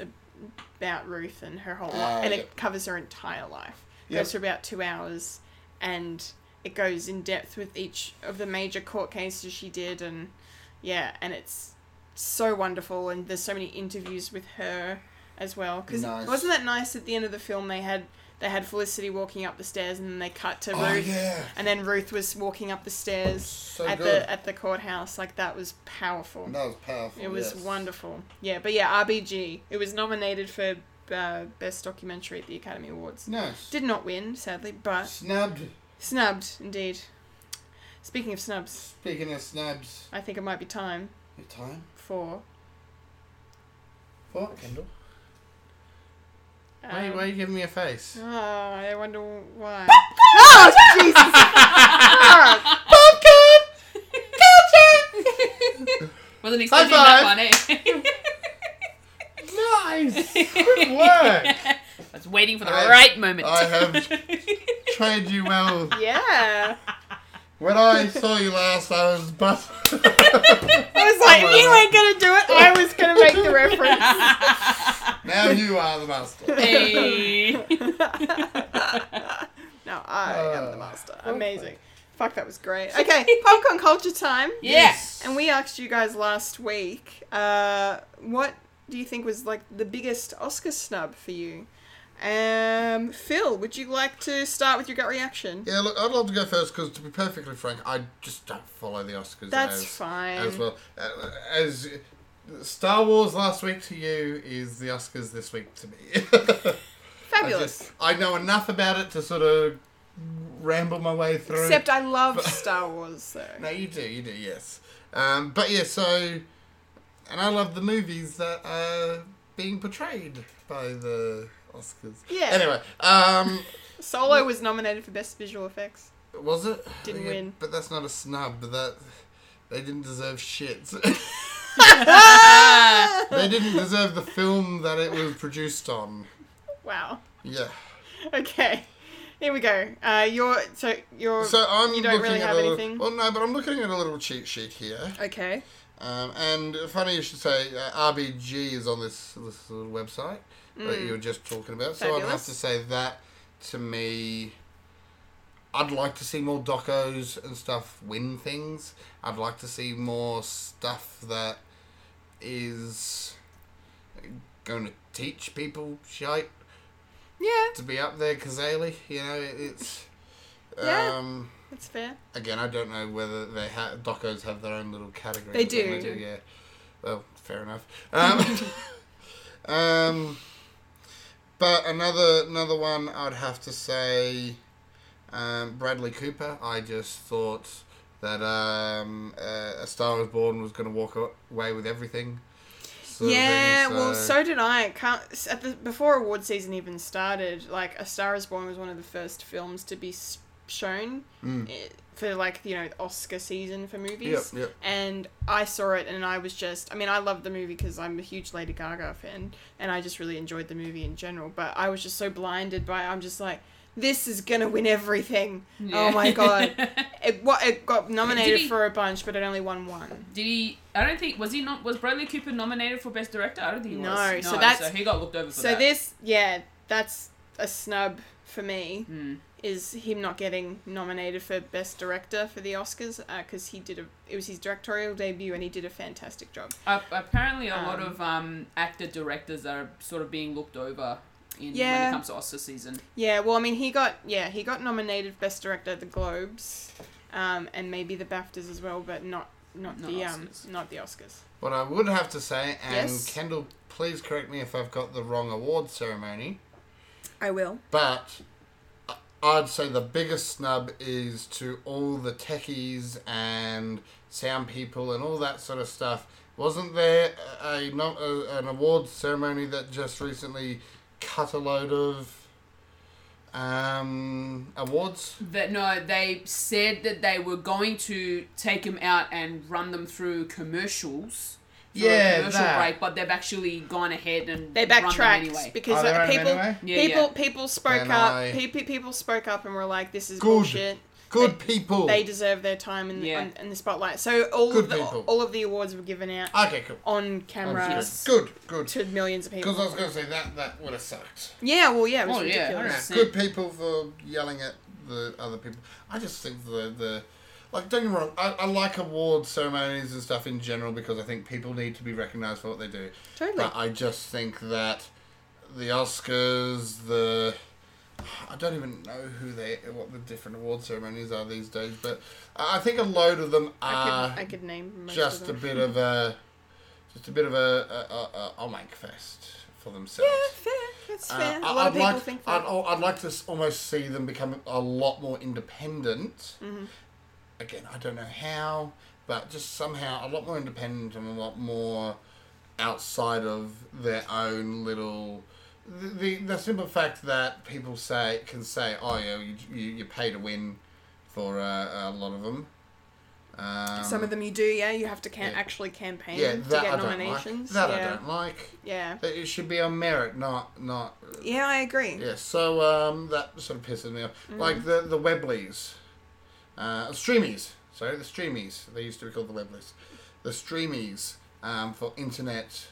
S8: about Ruth and her whole
S10: Ah,
S8: life, and
S10: yep.
S8: it covers her entire life. It
S10: Yep.
S8: Goes for about two hours, and it goes in depth with each of the major court cases she did, and yeah, and it's so wonderful. And there's so many interviews with her as well. Because
S10: Nice.
S8: wasn't that nice at the end of the film? They had they had Felicity walking up the stairs, and then they cut to
S10: Oh,
S8: Ruth,
S10: yeah.
S8: and then Ruth was walking up the stairs
S10: So
S8: at
S10: good.
S8: the at the courthouse. Like that was powerful.
S10: that was powerful.
S8: It was
S10: yes.
S8: wonderful. Yeah, but yeah, RBG. It was nominated for uh, best documentary at the Academy Awards.
S10: Nice.
S8: Did not win, sadly, but
S10: Snubbed.
S8: snubbed indeed. Speaking of snubs,
S10: Speaking of snubs,
S8: I think it might be time
S10: your time
S8: for.
S10: what, Kendall?
S8: Um,
S10: Why, why are you giving me a face?
S8: Oh, I wonder why. [laughs] oh, Jesus! Alright.
S9: Wasn't
S10: High
S9: expecting that one,
S10: [laughs]
S9: eh?
S8: [laughs]
S10: Nice. Good work.
S9: I was waiting for the
S10: I-
S9: right moment. [laughs]
S10: I have trained you well.
S8: [laughs] Yeah.
S10: When I saw you last, I was but
S8: I was like, if you ain't gonna do it, I was gonna make the reference.
S10: [laughs] now you are the
S9: [laughs]
S10: master.
S9: Hey.
S8: No, I am
S10: Uh,
S8: the master. Amazing. Fuck, that was great.
S10: [laughs]
S8: Okay, popcorn culture time.
S9: Yeah.
S8: And we asked you guys last week, uh, what do you think was like the biggest Oscar snub for you? Um, Phil, would you like to start with your gut reaction?
S10: Yeah, look, I'd love to go first because, to be perfectly frank, I just don't follow the Oscars.
S8: That's
S10: as,
S8: fine.
S10: As well Uh, as Star Wars last week to you is the Oscars this week to me. [laughs] I,
S8: Fabulous.
S10: just, I know enough about it to sort of ramble my way through.
S8: Except I
S10: [laughs]
S8: love Star Wars, so.
S10: No, you do, you do, yes. Um, but yeah, so, and I love the movies that are being portrayed by the Oscars.
S8: Yeah.
S10: Anyway, um,
S8: Solo was nominated for Best Visual Effects.
S10: was it?
S8: Didn't win.
S10: But that's not a snub. That they didn't deserve shit. [laughs] they didn't deserve the film that it was produced on.
S8: Wow. [laughs]
S10: Yeah.
S8: Okay. Here we go. Uh, you're so you're
S10: So I'm
S8: you don't
S10: looking
S8: really
S10: at
S8: have
S10: a little,
S8: anything.
S10: Well, no, but I'm looking at a little cheat sheet here.
S8: okay.
S10: Um, and funny you should say, uh, RBG is on this this little website that you were just talking about. So I'd have
S8: Mm. Fabulous.
S10: to say that to me, I'd like to see more docos and stuff win things. I'd like to see more stuff that is going to teach people shite
S8: Yeah,
S10: to be up there. Kazali, you know, it, it's.
S8: Yeah.
S10: Um,
S8: that's fair.
S10: Again, I don't know whether they ha- docos have their own little category.
S8: They
S10: but
S8: do.
S10: Yeah. Well, fair enough. Um,
S8: [laughs]
S10: um, but another another one I'd have to say, um, Bradley Cooper. I just thought that um, uh, A Star Was Born was going to walk away with everything. sort of thing,
S8: Yeah, well, so did I. Can't, s- at the, before award season even started, like A Star Is Born was one of the first films to be s- shown i- for like you know Oscar season for movies.
S10: Mm. Yep, yep.
S8: And I saw it, and I was just, I mean, I loved the movie because I'm a huge Lady Gaga fan, and I just really enjoyed the movie in general. But I was just so blinded by, I'm just like. This is gonna win everything! Oh my god!
S10: [laughs]
S8: It what it got nominated
S9: he-
S8: for a bunch, but it only won one.
S9: [laughs] Did he? I don't think was he not was Bradley Cooper nominated for best director? I don't think he
S8: No,
S9: was.
S8: so that's-
S9: he got looked over for
S8: So
S9: that.
S8: this, yeah, that's a snub for me. is him not getting nominated for best director for the Oscars because he did a it was his directorial debut and he did a fantastic job.
S9: A- apparently, a lot of um, actor directors are sort of being looked over in when
S8: Yeah.
S9: it comes to Oscar season.
S8: Yeah, well, I mean, he got yeah he got nominated best director at the Globes, um, and maybe the BAFTAs as well, but not not,
S9: Not
S8: the um
S9: Oscars.
S8: not the Oscars.
S10: What I would have to say, and
S8: Yes.
S10: Kendall, please correct me if I've got the wrong award ceremony,
S8: I will.
S10: but I- I'd say the biggest snub is to all the techies and sound people and all that sort of stuff. Wasn't there a, a, nom- a an award ceremony that just recently cut a load of um, awards?
S9: That no, they said that they were going to take them out and run them through commercials. through a
S10: Yeah,
S9: commercial
S10: that.
S9: break, but they've actually gone ahead and
S8: They
S9: run them
S8: backtracked
S9: anyway.
S8: because
S10: Oh, they
S8: uh,
S10: ran them
S8: people
S10: anyway?
S9: Yeah,
S8: people
S9: yeah.
S8: people spoke
S10: And
S8: up.
S10: I-
S8: pe- pe- people spoke up and were like, "This is
S10: Good.
S8: bullshit."
S10: Good people.
S8: They deserve their time in the,
S9: Yeah.
S8: on, in the spotlight. So all
S10: Good
S8: of the
S10: people.
S8: all of the awards were given out
S10: okay, cool.
S8: on camera
S9: Yes.
S10: Good, good.
S8: to millions of
S10: Because
S8: people.
S10: I was going to say that that would have sucked.
S8: Yeah, well, yeah, it was
S9: Oh, yeah,
S8: ridiculous.
S10: Yeah,
S9: Sick.
S10: good people for yelling at the other people. I just think the the like don't get me wrong. I, I like award ceremonies and stuff in general because I think people need to be recognised for what they do.
S8: Totally.
S10: But I just think that the Oscars, the I don't even know who they what the different award ceremonies are these days, but I I think a load of them
S8: I,
S10: are
S8: could, I could name most
S10: Uh, just
S8: of
S10: a
S8: them.
S10: bit of a just a bit of a a, a, a, a wank fest for themselves.
S8: Fair, that's
S10: Uh,
S8: fair.
S10: I-
S8: a lot of
S10: I'd
S8: people
S10: like,
S8: think that.
S10: I'd, oh, I'd like to s- almost see them become a lot more independent.
S8: Mm-hmm.
S10: Again, I don't know how, but just somehow a lot more independent and a lot more outside of their own little. The, the, the simple fact that people say can say, "Oh yeah, you, you, you pay to win," for uh, a lot of them. Um,
S8: Some of them you do, yeah. You have to can-
S10: yeah.
S8: actually campaign
S10: yeah,
S8: to
S10: that
S8: get
S10: I don't
S8: nominations.
S10: like. That
S8: yeah.
S10: I don't like.
S8: yeah,
S10: That It should be on merit, not not
S8: yeah, I agree.
S10: yeah, so um, that sort of pisses me off.
S8: Mm.
S10: Like the the Webleys, uh, streamies. Sorry, the streamies. They used to be called the Webleys. The streamies um, for internet,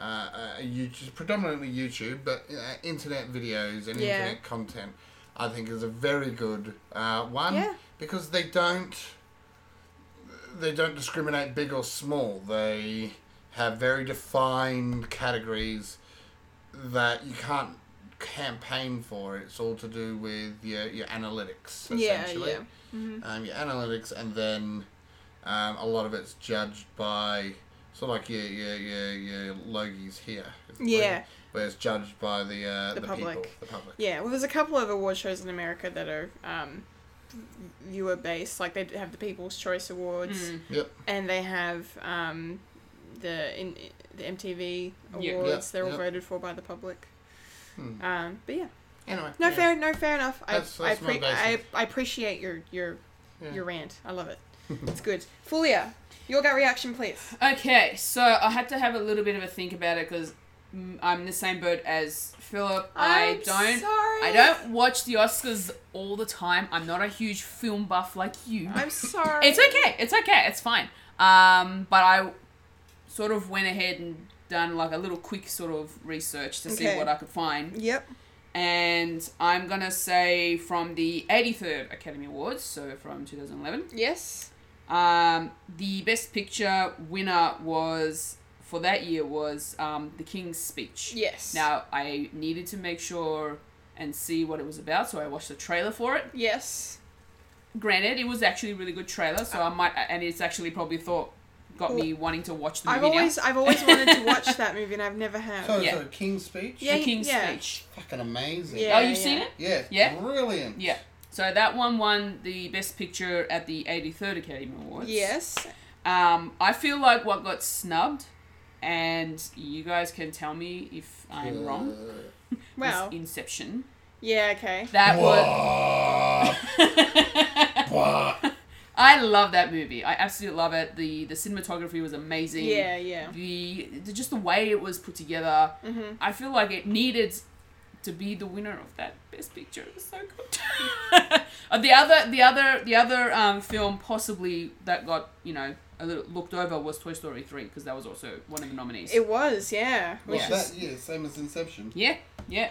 S10: uh, uh, YouTube, predominantly YouTube, but uh, internet videos and
S8: Yeah.
S10: internet content. I think is a very good uh, one
S8: Yeah.
S10: because they don't they don't discriminate big or small. They have very defined categories that you can't campaign for. It's all to do with your, your analytics,
S8: Yeah, Mm-hmm.
S10: essentially.
S8: yeah.
S10: Um, your analytics, and then um, a lot of it's judged by sort of like your your your, your logies here. It's like-
S8: Yeah.
S10: where it's judged by the uh, the,
S8: The public.
S10: people, the public.
S8: Yeah, well, there's a couple of award shows in America that are um, viewer based. Like they have the People's Choice Awards,
S9: Mm.
S10: Yep.
S8: and they have um, the in, the MTV awards.
S9: Yeah.
S10: Yeah,
S8: They're all
S10: yeah.
S8: voted for by the public. Um, but yeah,
S10: Anyway.
S8: no
S10: yeah.
S8: fair, no fair enough. I
S10: Hmm. That's- that's
S8: I,
S10: my
S8: pre- I
S10: basis.
S8: I appreciate your your
S10: Yeah.
S8: your rant. I
S10: [laughs]
S8: love it. it's good. Fulia, your gut reaction, please.
S9: Okay, so I had to have a little bit of a think about it because I'm in the same boat as Philip. I
S8: I'm
S9: don't.
S8: sorry.
S9: I don't watch the Oscars all the time. I'm not a huge film buff like you.
S8: I'm sorry.
S9: It's okay. It's okay. It's fine. Um, but I sort of went ahead and done like a little quick sort of research to see
S8: Okay.
S9: what I could find,
S8: Yep.
S9: and I'm gonna say from the 83rd Academy Awards, so from 2011.
S8: Yes.
S9: Um, the best picture winner was for that year was um, The King's Speech.
S8: Yes.
S9: Now I needed to make sure and see what it was about, so I watched the trailer for it.
S8: Yes.
S9: Granted, it was actually a really good trailer, so I might and it's actually probably thought got me wanting to watch the
S8: I've
S9: movie
S8: always
S9: now.
S8: I've always wanted to watch that movie and I've never have.
S10: So,
S9: Yeah.
S10: so King's Speech.
S8: Yeah.
S9: the King's
S8: yeah.
S9: Speech.
S10: Fucking amazing.
S8: Yeah.
S9: Oh, you've seen
S8: yeah.
S9: it?
S10: Yeah.
S9: Yeah.
S10: Brilliant.
S9: Yeah. So that one won the best picture at the 83rd Academy Awards.
S8: Yes.
S9: Um, I feel like what got snubbed, and you guys can tell me if
S10: Uh,
S9: I'm wrong. was
S8: Wow.
S9: Inception.
S8: Yeah. Okay.
S9: That was.
S10: What?
S9: [laughs]
S10: what?
S9: I love that movie. I absolutely love it. the The cinematography was amazing.
S8: Yeah, yeah. Mm-hmm.
S9: The, the just the way it was put together. I feel like it needed to be the winner of that best picture. It was so
S8: [laughs]
S9: good. Uh, the other, the other, the other um, film possibly that got you know a little looked over was Toy Story three because that was also one of the nominees.
S8: It was. Yeah.
S10: What's
S9: Yes.
S10: that? Yeah, same as Inception.
S9: yeah, yeah.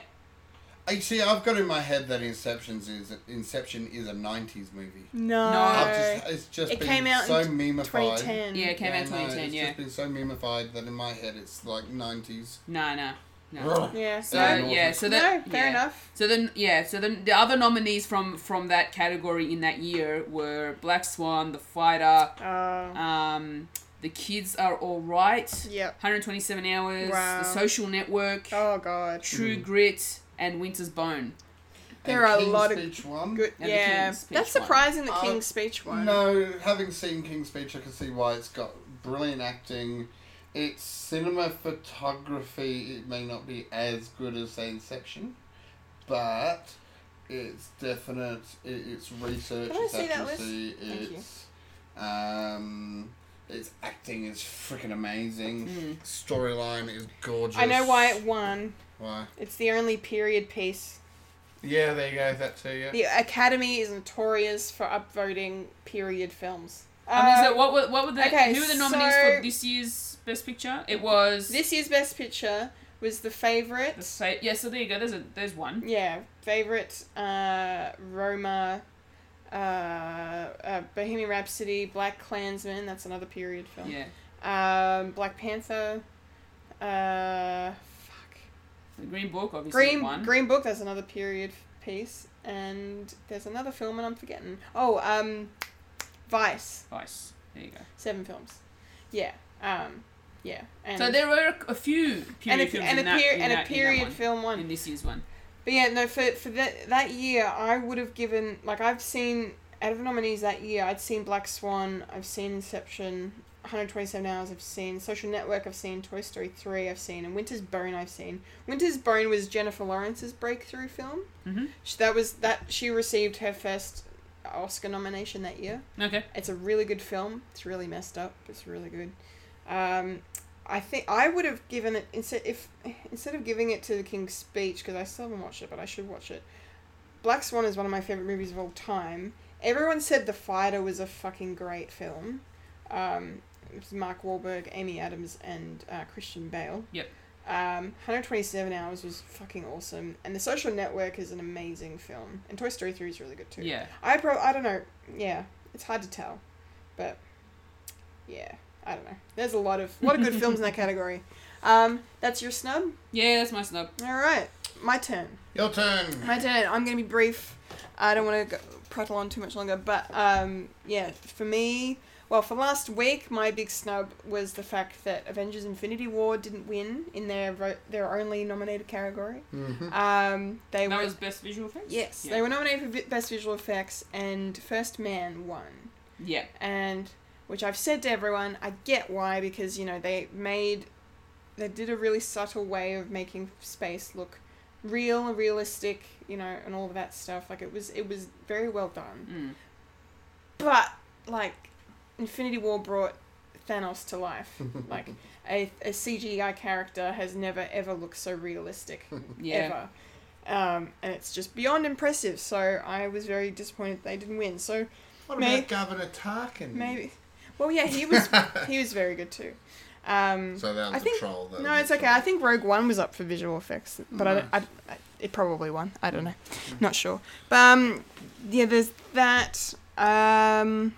S10: I see. I've got in my head that Inception's is Inception is a '90s movie.
S8: No.
S9: No.
S10: I've just, it's just
S8: It
S10: been
S8: came out
S10: so
S8: in
S10: memeified.
S8: 2010.
S9: Yeah, it came out in
S10: I know,
S9: 2010,
S10: It's
S9: yeah.
S10: just been so memeified that in my head it's like 90s.
S9: No, no. No.
S10: Ugh.
S8: Yeah.
S9: So
S10: No.
S9: yeah, so that
S8: No, fair
S9: yeah.
S8: enough.
S9: So then yeah, so then the other nominees from from that category in that year were Black Swan, The Fighter,
S8: Uh,
S9: um, The Kids Are All Right,
S8: Yep.
S9: 127 Hours,
S8: Wow.
S9: The Social Network,
S8: oh god.
S9: True Grit, and Winter's Bone.
S8: There are a
S10: King's
S8: lot of
S10: Speech one.
S8: Good.
S9: Yeah, the
S8: yeah.
S9: King's Speech
S8: That's
S9: one.
S8: surprising. The
S10: Uh,
S8: King's Speech one.
S10: No, having seen King's Speech, I can see why it's got brilliant acting. It's cinema photography. It may not be as good as say Inception, but it's definite. It, it's research.
S8: Can I
S10: it's
S8: see that
S10: accuracy.
S8: Thank you.
S10: It's um, its acting is freaking amazing. Storyline is gorgeous.
S8: Hmm. I know why it won.
S10: Why?
S8: It's the only period piece.
S10: Yeah, there you go. That too. Yeah.
S8: The Academy is notorious for upvoting period films.
S9: I mean,
S8: Uh,
S9: so what were what were the
S8: okay,
S9: who were the nominees
S8: so-
S9: for this year's Best Picture? It was
S8: This year's Best Picture was the favorite.
S9: the fa- yeah. So there you go. There's a there's one.
S8: Yeah, favorite uh, Roma, uh, uh, Bohemian Rhapsody, Black Klansman. That's another period film.
S9: Yeah.
S8: Um, Black Panther. Uh, fuck.
S9: The Green Book obviously
S8: Green
S9: won.
S8: Green Book. That's another period f- piece. And there's another film, and I'm forgetting. Oh, um, Vice.
S9: Vice. There you go.
S8: Seven films. Yeah. Um, yeah. And
S9: So there were a few
S8: and a,
S9: period films
S8: and a,
S9: in that,
S8: peri-
S9: in
S8: and a
S9: that- in that
S8: period
S9: one.
S8: film one.
S9: in this year's one.
S8: But yeah, no, for for that that year, I would have given like I've seen out of the nominees that year, I'd seen Black Swan, I've seen Inception, 127 Hours, I've seen Social Network, I've seen Toy Story 3, I've seen, and Winter's Bone, I've seen. Winter's Bone was Jennifer Lawrence's breakthrough film.
S9: Mhm.
S8: She, that was that she received her first Oscar nomination that year.
S9: Okay.
S8: It's a really good film. It's really messed up. It's really good. Um, I think I would have given it instead if instead of giving it to The King's Speech because I still haven't watched it, but I should watch it. Black Swan is one of my favorite movies of all time. Everyone said The Fighter was a fucking great film. Um, it was Mark Wahlberg, Amy Adams, and uh, Christian Bale.
S9: Yep.
S8: Um, 127 Hours was fucking awesome, and The Social Network is an amazing film, and Toy Story 3 is really good too.
S9: Yeah.
S8: I pro I don't know. Yeah, it's hard to tell, but yeah, I don't know. There's a lot of a
S9: [laughs]
S8: lot of good films in that category. Um, that's your snub.
S9: Yeah, that's my snub.
S8: All right, my turn.
S10: Your turn.
S8: My turn. I'm gonna be brief. I don't want to prattle on too much longer, but um, yeah, for me, well, for last week, my big snub was the fact that Avengers: Infinity War didn't win in their vo- their only nominated category. Um, they
S9: That
S8: were
S9: was best visual effects.
S8: yes,
S9: Yeah.
S8: they were nominated for vi- best visual effects, and First Man won
S9: Yeah.
S8: and which I've said to everyone, I get why because you know they made they did a really subtle way of making space look real and realistic, you know, and all of that stuff. Like it was it was very well done. But like Infinity War brought Thanos to life. like a, a CGI character has never ever looked so realistic
S9: Yeah.
S8: ever. Um, and it's just beyond impressive. So I was very disappointed they didn't win. So
S10: What
S8: May-
S10: about Governor Tarkin?
S8: Maybe. Well, yeah, he
S10: [laughs]
S8: was he was very good too. Um,
S10: So that was
S8: I think
S10: a troll. Though,
S8: no, it's okay. I think Rogue One was up for visual effects, but I don't- I, I- it probably won. I don't know,
S10: Mm.
S8: not sure. But um, yeah, there's that. Um,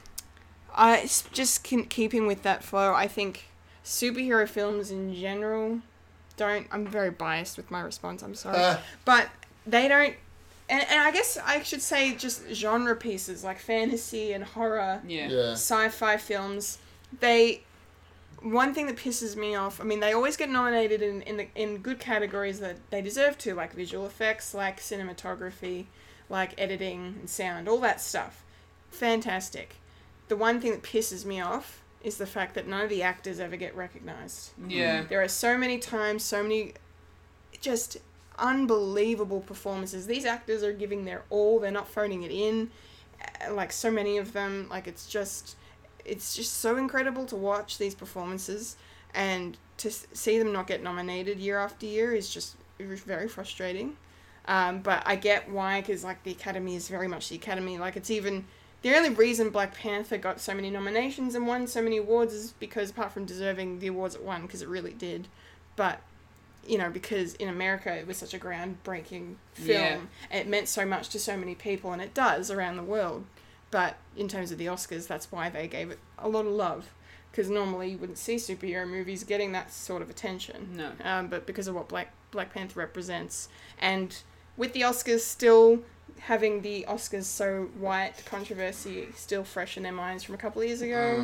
S8: I s- just can, keeping with that flow. I think superhero films in general don't. I'm very biased with my response. I'm sorry,
S10: Uh.
S8: but they don't. And, and I guess I should say just genre pieces like fantasy and horror
S9: Yeah.
S10: Yeah.
S8: sci-fi films they one thing that pisses me off i mean they always get nominated in in, the, in good categories that they deserve to like visual effects like cinematography like editing and sound all that stuff fantastic the one thing that pisses me off is the fact that none of the actors ever get recognized
S9: Yeah.
S8: there are so many times, so many just unbelievable performances. These actors are giving their all. They're not phoning it in. uh, Like so many of them, like it's just it's just so incredible to watch these performances and to s- see them not get nominated year after year is just very frustrating. Um, but I get why, because like the Academy is very much the Academy. Like it's even the only reason Black Panther got so many nominations and won so many awards is because apart from deserving the awards it won, because it really did. But you know, because in America it was such a groundbreaking film.
S9: Yeah.
S8: It meant so much to so many people, and it does around the world. But in terms of the Oscars, that's why they gave it a lot of love. Because normally you wouldn't see superhero movies getting that sort of attention.
S9: No.
S8: Um, but because of what Black Black Panther represents, and with the Oscars still having the Oscars so white controversy still fresh in their minds from a couple of years ago,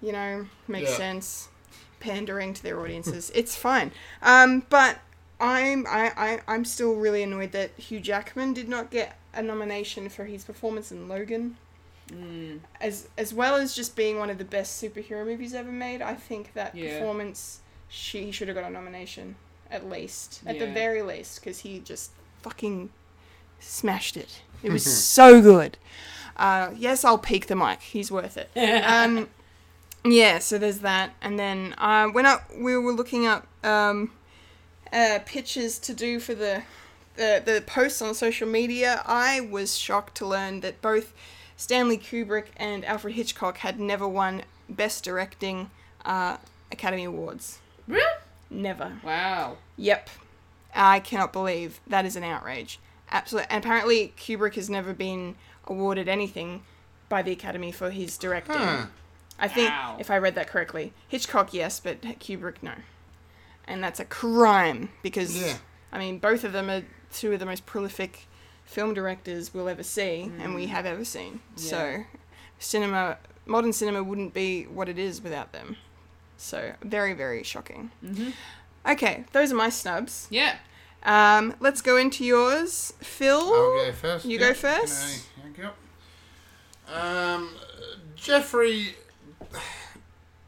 S8: you know, makes
S10: Yeah.
S8: sense. Pandering to their audiences, [laughs] it's fine. Um, but I'm I, I I'm still really annoyed that Hugh Jackman did not get a nomination for his performance in Logan. As as well as just being one of the best superhero movies ever made, I think that
S9: Yeah.
S8: performance she he should have got a nomination at least, at the
S9: Yeah.
S8: very least, because he just fucking smashed it. It was so good. Uh, yes, I'll peek the mic. He's worth it. um, yeah, so there's that. And then uh, when I, we were looking up um, uh, pictures to do for the, the the posts on social media, I was shocked to learn that both Stanley Kubrick and Alfred Hitchcock had never won Best Directing uh, Academy Awards.
S9: Really?
S8: Never.
S9: Wow.
S8: Yep. I cannot believe that is an outrage. Absolutely. And apparently, Kubrick has never been awarded anything by the Academy for his directing. I think,
S9: Wow.
S8: if I read that correctly, Hitchcock, yes, but Kubrick, no. And that's a crime because,
S10: Yeah.
S8: I mean, both of them are two of the most prolific film directors we'll ever see and we have ever seen. So, cinema, modern cinema wouldn't be what it is without them. So, very, very shocking. Okay, those are my snubs.
S9: Yeah.
S8: Um, let's go into yours, Phil.
S10: I'll go first.
S8: You
S10: yeah.
S8: go first.
S10: G'day. Here we go. Um, Jeffrey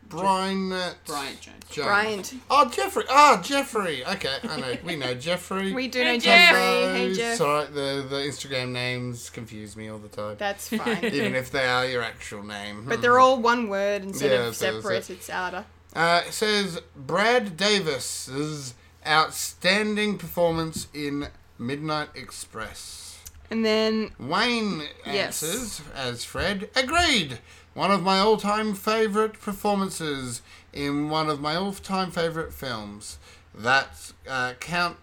S10: Bryant.
S9: Brian Jones.
S10: Jones.
S8: Bryant.
S10: Oh, Jeffrey. Ah, Jeffrey. Okay, I know. We know Jeffrey.
S8: [laughs] We do know
S9: Hey,
S8: Jeffrey.
S10: Hello.
S8: Hey, Jeff.
S10: Sorry, the, the Instagram names confuse me all the time.
S8: That's fine.
S10: [laughs] Even if they are your actual name.
S8: but they're all one word instead
S10: Mm. Yeah,
S8: of
S10: so that's
S8: separate.
S10: it.
S8: It's outer.
S10: Uh, it says Brad Davis's outstanding performance in Midnight Express.
S8: And then
S10: Wayne uh,
S8: Yes.
S10: answers as Fred. Agreed. One of my all-time favorite performances in one of my all-time favorite films. That uh, count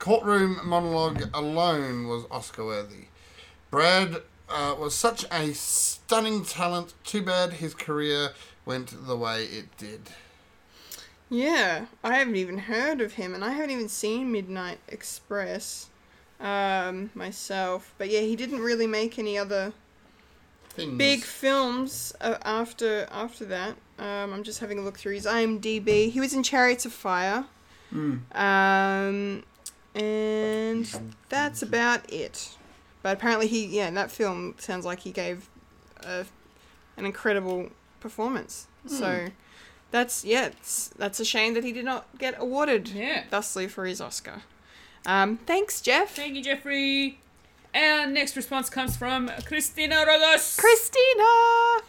S10: courtroom monologue alone was Oscar-worthy. Brad uh, was such a stunning talent. Too bad his career went the way it did.
S8: yeah, I haven't even heard of him, and I haven't even seen Midnight Express um, myself. But yeah, he didn't really make any other
S10: Things.
S8: big films uh, after after that. Um, I'm just having a look through his IMDb. He was in Chariots of Fire. Um, and that's about it. But apparently, he yeah, in that film sounds like he gave a, an incredible performance. So that's yeah, it's, that's a shame that he did not get awarded
S9: Yeah.
S8: thusly for his Oscar. Um, thanks, Jeff.
S9: Thank you, Jeffrey. And next response comes from Christina Rogos.
S8: Christina.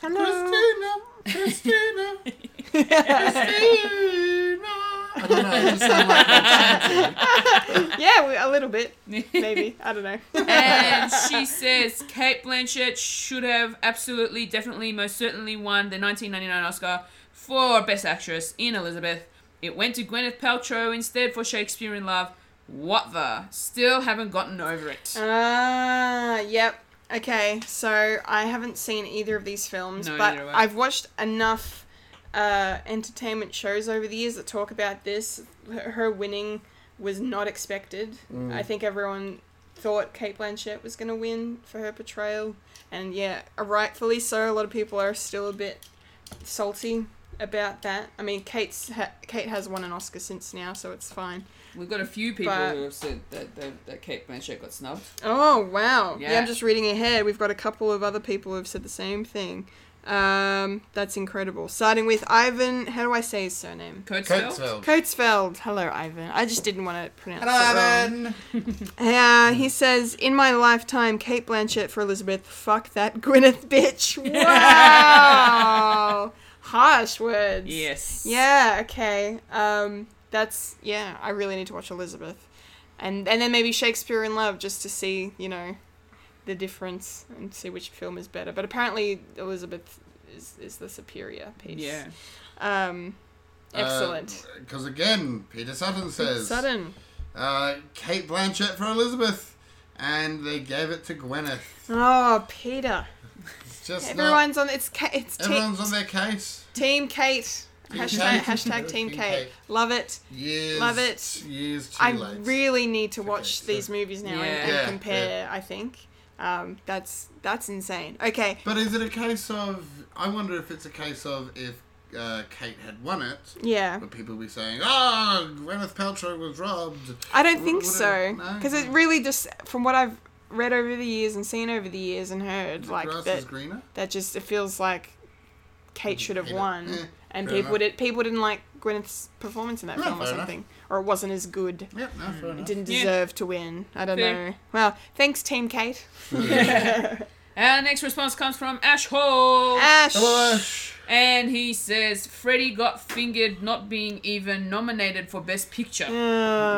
S8: Hello.
S10: Christina,
S9: [laughs]
S10: Christina, Christina. I don't know. I just sound like
S8: Yeah, we, a little
S9: [laughs]
S8: bit, maybe. I don't know.
S9: and she says Kate Blanchett should have absolutely, definitely, most certainly won the 1999 Oscar for Best Actress in Elizabeth. It went to Gwyneth Paltrow instead for Shakespeare in Love. What the? Still haven't gotten over it.
S8: Ah, yep. Okay, so I haven't seen either of these films,
S9: No,
S8: but
S9: neither have I.
S8: I've watched enough uh, entertainment shows over the years that talk about this. Her her winning was not expected. I think everyone thought Kate Blanchett was going to win for her portrayal, and yeah, uh, rightfully so. A lot of people are still a bit salty about that. I mean, Kate's ha- Kate has won an Oscar since now, so it's fine.
S9: We've got a few people
S8: But-
S9: who have said that, that, that Kate Blanchett got snubbed.
S8: Oh wow! Yeah.
S9: Yeah.
S8: I'm just reading ahead. We've got a couple of other people who've said the same thing. Um, that's incredible. Starting with Ivan. How do I say his surname?
S9: Coatesville?
S10: Coatesville.
S8: Coatesfeld. Hello, Ivan. I just didn't want to pronounce
S10: Um,
S8: it wrong.
S10: Ivan.
S8: Uh, he says, "In my lifetime, Kate Blanchett for Elizabeth. Fuck that Gwyneth [laughs] bitch." Wow. Harsh words.
S9: Yes.
S8: Yeah, okay. Um, that's yeah. I really need to watch Elizabeth, and and then maybe Shakespeare in Love just to see you know, the difference and see which film is better. But apparently Elizabeth is is the superior piece.
S9: Yeah.
S8: Um, Excellent.
S10: Because uh, again, Peter Sutton says
S8: Sudden.
S10: Uh, Kate Blanchett for Elizabeth, and they gave it to Gwyneth.
S8: Oh, Peter.
S10: It's just
S8: Everyone's on. It's Ka- it's
S10: not,
S8: te-
S10: everyone's on their case.
S8: Team Kate.
S10: [laughs] Team
S8: hashtag
S10: Kate.
S8: hashtag Team
S10: Team
S8: Kate.
S10: Kate.
S8: Love it.
S10: Years,
S8: Love it.
S10: Years too
S8: I
S10: late.
S8: really need to watch
S10: so-
S8: these movies now and-
S9: Yeah.
S8: and,
S10: Yeah,
S8: compare. I think um, that's that's insane. Okay,
S10: But is it a case of? I wonder if it's a case of if uh, Kate had won it,
S8: yeah,
S10: would people be saying, "Ah, Gwyneth Paltrow was robbed"?
S8: I don't think
S10: would it-
S8: so
S10: no,
S8: because it
S10: no.
S8: really just from what I've read over the years and seen over the years and heard
S10: The
S8: like
S10: grass
S8: that
S10: is greener.
S8: that just it feels like Kate should have
S10: Hate it.
S8: won
S10: Eh,
S8: and
S10: fair
S8: people
S10: enough.
S8: did, people didn't like Gwyneth's performance in that
S10: Yeah,
S8: film or
S10: fair enough.
S8: something or it wasn't as good.
S10: Yep, no, fair enough.
S8: Didn't
S9: Yeah.
S8: deserve to win. I don't
S9: Fair.
S8: know. Well, thanks, Team Kate.
S9: Our next response comes from Ash Hall.
S8: Ash.
S10: Blush.
S9: And he says Freddie got fingered not being even nominated for Best Picture.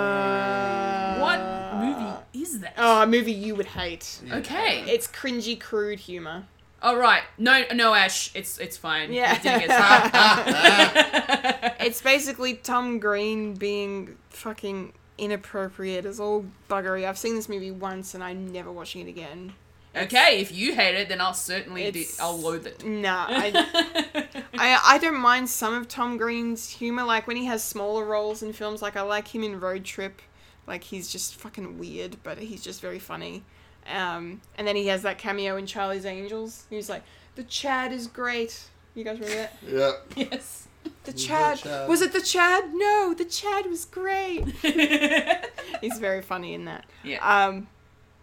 S8: Uh,
S9: what movie is that?
S8: Oh, a movie you would hate.
S9: okay.
S8: It's cringy, crude humor.
S9: All right. No, no, Ash. It's it's fine.
S8: Yeah.
S9: It didn't get
S8: [laughs]
S9: started.
S8: It's basically Tom Green being fucking inappropriate. It's all buggery. I've seen this movie once and I'm never watching it again.
S9: okay. If you hate it, then I'll certainly be,
S8: It's-
S9: I'll loathe it.
S8: Nah, I,
S9: [laughs]
S8: I I don't mind some of Tom Green's humor, like when he has smaller roles in films. Like I like him in Road Trip, like he's just fucking weird, but he's just very funny. Um, and then he has that cameo in Charlie's Angels. He was like, "The Chad is great." You guys remember that?
S10: Yeah.
S8: [laughs]
S9: yes.
S8: The Chad.
S10: Chad.
S8: Was it the Chad? No, the Chad was great. [laughs] He's very funny in that.
S9: yeah.
S8: Um,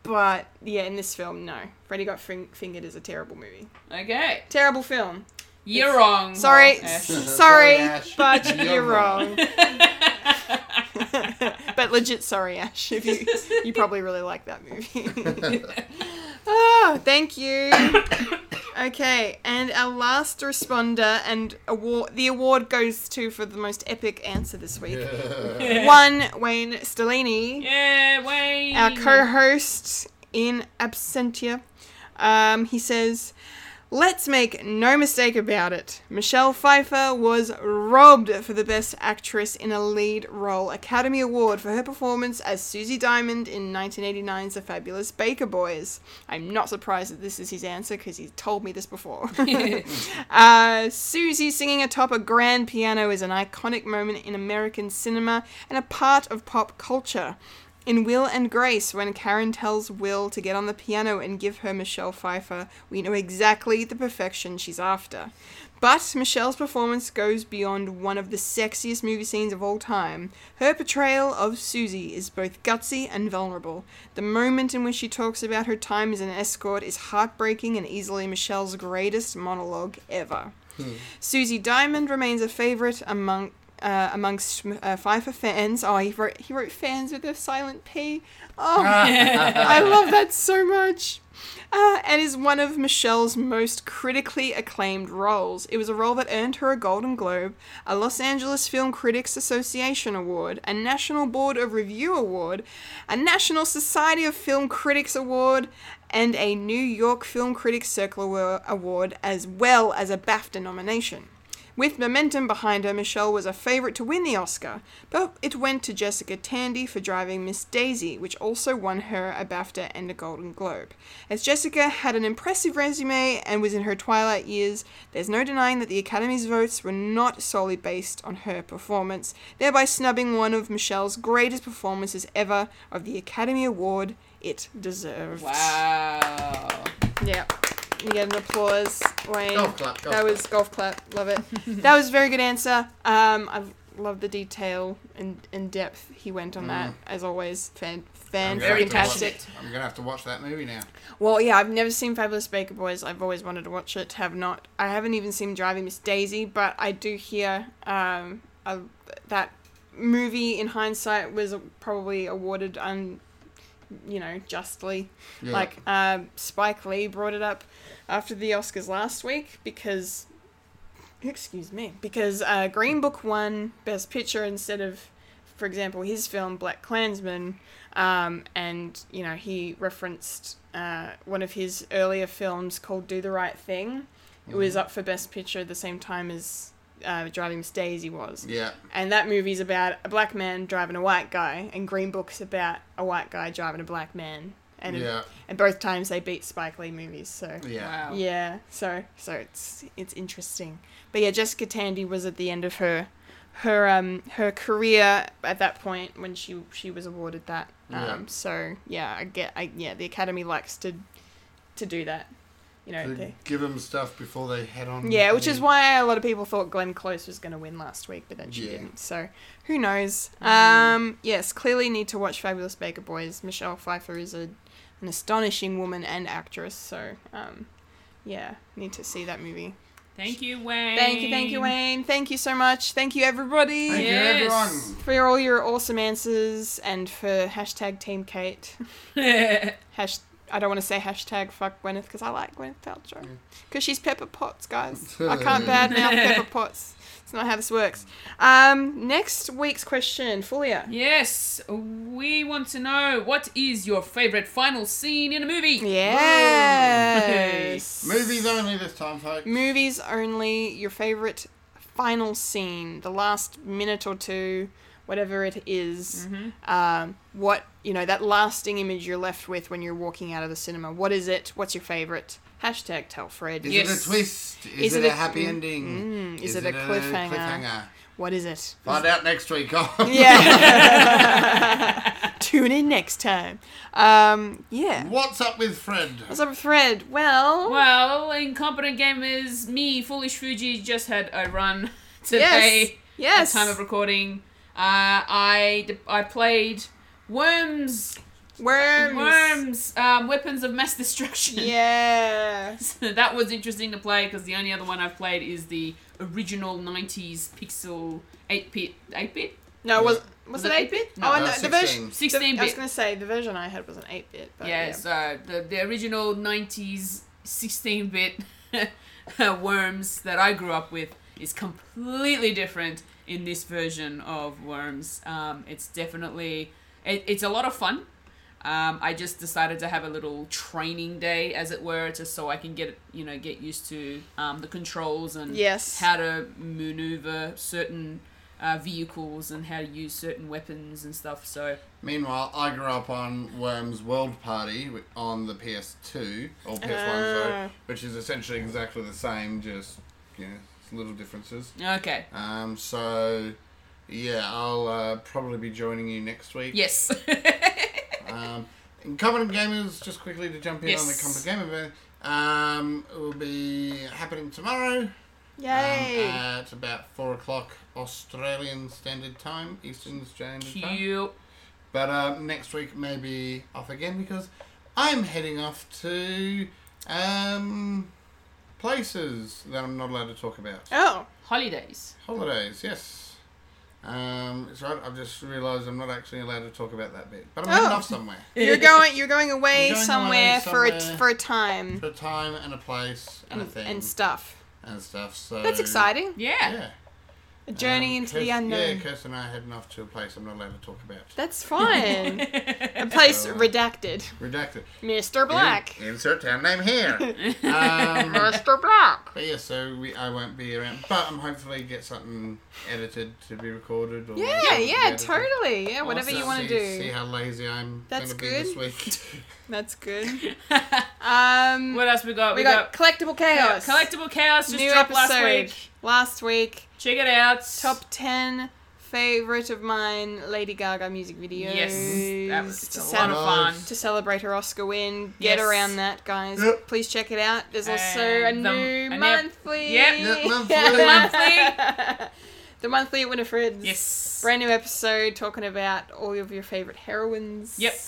S8: but yeah, in this film, no. Freddy Got Fing- Fingered is a terrible movie.
S9: Okay.
S8: Terrible film.
S9: You're wrong.
S8: Sorry, s-
S9: Ash.
S8: Oh, sorry,
S10: Sorry, Ash.
S8: but
S10: You're
S8: [laughs] you're, wrong. [laughs] but legit, sorry, Ash. If you you probably really like that movie. oh, thank you. Okay, and our last responder and award the award goes to for the most epic answer this week. One Wayne Stellini
S9: [laughs] Yeah, Wayne.
S8: our co-host Uh, in absentia um, he says let's make no mistake about it michelle pfeiffer was robbed for the best actress in a lead role academy award for her performance as susie diamond in 1989's the fabulous baker boys i'm not surprised that this is his answer because he told me this before [laughs] uh, Susie singing atop a grand piano is an iconic moment in American cinema and a part of pop culture. In Will and Grace, when Karen tells Will to get on the piano and give her Michelle Pfeiffer, we know exactly the perfection she's after. But Michelle's performance goes beyond one of the sexiest movie scenes of all time. Her portrayal of Susie is both gutsy and vulnerable. The moment in which she talks about her time as an escort is heartbreaking and easily Michelle's greatest monologue ever. Susie Diamond remains a favorite among uh, amongst uh, Pfeiffer fans. Oh, he wrote he wrote fans with a silent P. Oh, I love that so much. Uh, and is one of Michelle's most critically acclaimed roles. It was a role that earned her a Golden Globe, a Los Angeles Film Critics Association Award, a National Board of Review Award, a National Society of Film Critics Award, and a New York Film Critics Circle Awa- Award, as well as a BAFTA nomination. With momentum behind her, Michelle was a favourite to win the Oscar, but it went to Jessica Tandy for driving Miss Daisy, which also won her a BAFTA and a Golden Globe. As Jessica had an impressive resume and was in her twilight years, there's no denying that the Academy's votes were not solely based on her performance, thereby snubbing one of Michelle's greatest performances ever of the Academy Award it deserved.
S9: Wow.
S8: Yeah. You get an applause, Wayne.
S10: Golf clap, golf
S8: that was golf clap. Love it. that was a very good answer. Um, I love the detail and in depth he went on that. As always, fan fan
S10: Mm. I'm gonna have to watch
S8: fantastic.
S10: it. I'm gonna have to watch that movie now.
S8: Well, yeah, I've never seen Fabulous Baker Boys. I've always wanted to watch it. Have not. I haven't even seen Driving Miss Daisy, but I do hear um, a, that movie in hindsight was probably awarded un, you know, justly.
S10: Yeah.
S8: Like um, Spike Lee brought it up after the Oscars last week because, excuse me, because uh, Green Book won Best Picture instead of, for example, his film Black Klansman, um, and you know he referenced uh, one of his
S10: Mm-hmm.
S8: earlier films called Do the Right Thing. It was up for Best Picture at the same time as uh, Driving Miss Daisy was.
S10: Yeah.
S8: And that movie's about a black man driving a white guy, and Green Book's about a white guy driving a black man. And
S10: Yeah.
S8: and both times they beat Spike Lee movies. So
S10: Yeah.
S9: Wow.
S8: yeah, so so it's it's interesting. But yeah, Jessica Tandy was at the end of her her um her career at that point when she she was awarded that. Um
S10: Yeah.
S8: so yeah, I get I yeah, the Academy likes to to do that. You know,
S10: They
S8: they,
S10: give them stuff before they head on.
S8: yeah, which is
S10: the-
S8: why a lot of people thought Glenn Close was going to win last week, but then she
S10: Yeah. Mm.
S8: didn't. So who knows? Um, yes, clearly need to watch Fabulous Baker Boys. Michelle Pfeiffer is a, an astonishing woman and actress. So um, yeah, need to see that movie.
S9: Thank you, Wayne.
S8: Thank you, thank you, Wayne. Thank you so much. Thank you, everybody,
S10: Thank you,
S9: Yes.
S10: everyone.
S8: for all your awesome answers and for hashtag Team Kate. Hash- I don't want to say hashtag fuck Gwyneth because I like Gwyneth Paltrow. Because she's Pepper Potts, guys. I can't badmouth Pepper Potts. It's not how this works. Um, next week's question, Fulia.
S9: [laughs] yes, we want to know what is your favorite final scene in a movie?
S8: Yes.
S10: Movies only this time, folks.
S8: Movies only, your favorite final scene, the last minute or two, whatever it is. Um, what, you know, that lasting image you're left with when you're walking out of the cinema. What is it? What's your favorite? Hashtag tell Fred.
S10: Is it
S9: Yes.
S10: a twist? Is, it, a happy ending?
S8: Mm, is, it, a cliffhanger?
S10: cliffhanger?
S8: What is it?
S10: Find out next week.
S8: [laughs]
S10: on
S8: Yeah. [laughs] Tune in next time. Um, yeah.
S10: What's up with Fred?
S8: What's up, Fred? Well,
S9: Well, incompetent gamers, me, foolish Fuji, just had a run [laughs]
S8: yes,
S9: today.
S8: yes.
S9: Time of recording. Uh, I I played Worms.
S8: worms.
S9: Worms. Um, weapons of mass destruction. [laughs]
S8: Yeah.
S9: that was interesting to play because the only other one I've played is the original '90s pixel 8-bit, 8-bit,
S8: No, was was
S9: Was
S8: it
S9: it
S8: eight bit?
S9: No,
S8: oh,
S10: no,
S8: no, the version.
S10: 16.
S8: the-
S9: 16-bit.
S8: I was gonna say the version I had was an eight bit.
S9: yeah, so uh, the, the original 90s 16 bit [laughs] worms that I grew up with is completely different in this version of worms. Um, it's definitely, it, it's a lot of fun. Um, I just decided to have a little training day, as it were, just so I can get you know get used to um, the controls and
S8: Yes.
S9: how to maneuver certain uh, vehicles and how to use certain weapons and stuff. So
S10: Meanwhile, I grew up on Worms World Party wi- on the PS2 or PS1, sorry,
S8: Ah.
S10: which is essentially exactly the same, just you know, little differences.
S9: okay,
S10: Um, so yeah, I'll uh, probably be joining you next week.
S9: yes. [laughs]
S10: Um, Covenant Gamers, just quickly to jump in on the
S9: Yes.
S10: Covenant Gamer event, um, it will be happening tomorrow.
S8: Yay.
S10: Um, at about four o'clock Australian Standard Time, Eastern Standard Time.
S9: Cute.
S10: But um, next week may be off again because I'm heading off to um, places that I'm not allowed to talk about.
S8: oh,
S9: Holidays.
S10: Holidays, yes. Um, it's right. I've just realised I'm not actually allowed to talk about that bit, but I'm
S8: Oh.
S10: heading off somewhere.
S8: you're going you're going away
S10: [laughs] I'm going
S8: somewhere,
S10: away
S8: for a t-
S10: somewhere.
S8: for a time
S10: For a time and a place and, a
S8: and,
S10: thing
S8: Mm, and stuff.
S10: and stuff. So
S8: That's exciting.
S9: Yeah.
S10: Yeah.
S8: A journey
S10: Um,
S8: into the
S10: Kirst-
S8: unknown.
S10: Yeah, Kirsten and I are heading off to a place I'm not allowed to talk about.
S8: That's
S10: [laughs]
S8: fine. a place
S10: So, uh,
S8: redacted.
S10: Redacted.
S8: Mr. Black.
S10: In- insert town
S8: [laughs]
S10: name here. um,
S8: Mr. Black.
S10: but yeah, so we, I won't be around, but I'm hopefully get something edited to be recorded. Or
S8: Yeah,
S10: something to be
S8: yeah,
S10: edited.
S8: totally. Yeah, whatever you
S10: So
S8: want to
S10: see- See
S8: do.
S10: how lazy I'm
S8: That's
S10: gonna be
S8: [laughs]
S10: this week.
S8: That's good.
S9: [laughs]
S8: Um,
S9: What else we got?
S8: we got collectible chaos.
S9: collectible chaos just
S8: New
S9: dropped
S8: episode
S9: last week.
S8: Last week,
S9: Check it out.
S8: top ten favorite of mine Lady Gaga music videos.
S9: Yes, that was
S8: to,
S9: a
S8: cel-
S9: lot of fun.
S10: Nice.
S8: to celebrate her Oscar win. Get
S9: Yes.
S8: around that, guys.
S10: Yep.
S8: Please check it out. There's also a
S9: And the-
S8: new
S9: and the-
S8: monthly. [laughs]
S9: Yep.
S10: Yep, monthly.
S9: [laughs] The monthly.
S8: The monthly at Winifred's.
S9: Yes.
S8: Brand new episode talking about all of your favorite heroines.
S9: Yep.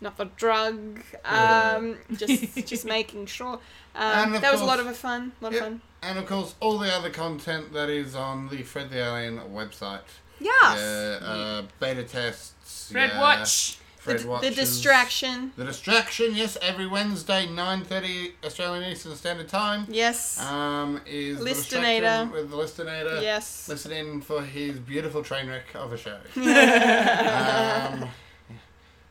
S8: Not the drug. Um, just just making sure. Um,
S10: And
S8: that
S10: of
S8: was a lot
S10: course-
S8: of fun. lot
S10: Yep.
S8: of fun.
S10: and of course, all the other content that is on the Fred the Alien website.
S8: Yeah.
S10: Yeah, uh, beta tests.
S9: Red
S10: yeah,
S9: Watch.
S10: Fred
S8: the, the
S10: watches.
S8: distraction.
S10: The distraction, yes, every Wednesday, 9.30 Australian Eastern Standard Time.
S8: Yes.
S10: Um, is the
S8: Listinator.
S10: distraction with the Listinator.
S8: yes.
S10: Listen in for his beautiful train wreck of a show.
S8: [laughs]
S10: um,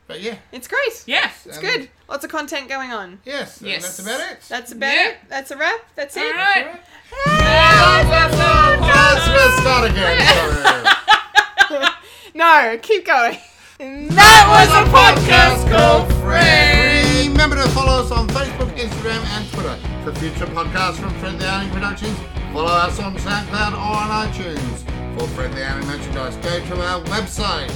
S10: but yeah.
S8: It's great.
S9: Yeah.
S8: It's
S10: um,
S8: good. Lots of content going on.
S10: Yes, and
S9: Yes.
S10: that's about it.
S8: That's about
S9: Yeah.
S8: it. That's a wrap. That's it.
S9: All right.
S8: Hey, that's awesome.
S10: Let's, let's start again.
S8: [laughs]
S10: Sorry.
S8: [laughs] No, keep going. And that was a podcast called
S10: Friends. Remember to follow us on Facebook, Instagram, and Twitter for future podcasts from Fred the Alien Productions. Follow us on SoundCloud or on iTunes. For Fred the Alien merchandise, go to our website.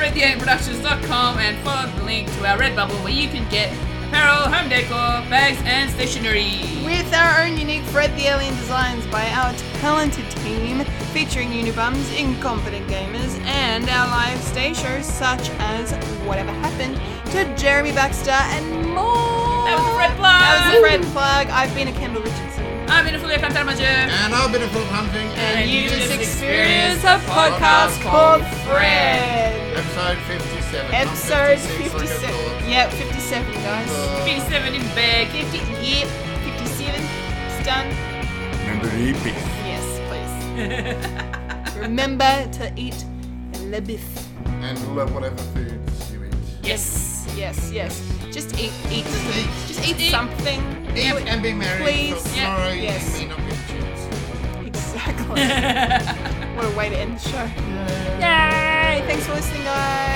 S9: www.fredtheaimproductions.com and follow the link to our Redbubble where you can get apparel, home decor, bags, and stationery.
S8: With our own unique Fred the Alien designs by our talented team, featuring Unibums, Incompetent Gamers, and our live stage shows such as Whatever Happened to Jeremy Baxter and more. That
S9: was a Fred plug.
S8: That was a Fred plug. I've been a Kendall Richardson.
S9: I'm in a fully fantastic manager.
S10: And I've been a Philip Hunting,
S8: And you just experienced
S9: experienced
S8: a podcast
S10: podcast
S8: called
S10: called
S8: Fred.
S10: episode 57. not
S8: Episode
S10: 56, like I
S8: 57.
S10: thought.
S8: Yep, 57, guys.
S9: 57 in bag.
S8: 50, yep, 57. It's done. Yes, [laughs] please. Remember to eat le beef.
S10: And love whatever foods you eat.
S9: Yes.
S8: Yes, yes. Just eat, eat, just
S10: eat.
S8: Just eat, something.
S10: Eat
S8: Do it.
S10: and be merry.
S8: Please.
S10: so
S9: Yeah.
S10: Sorry,
S8: Yes.
S10: you may not get chips.
S8: [laughs] Exactly. what a way to end the show. Yay! Thanks for listening, guys.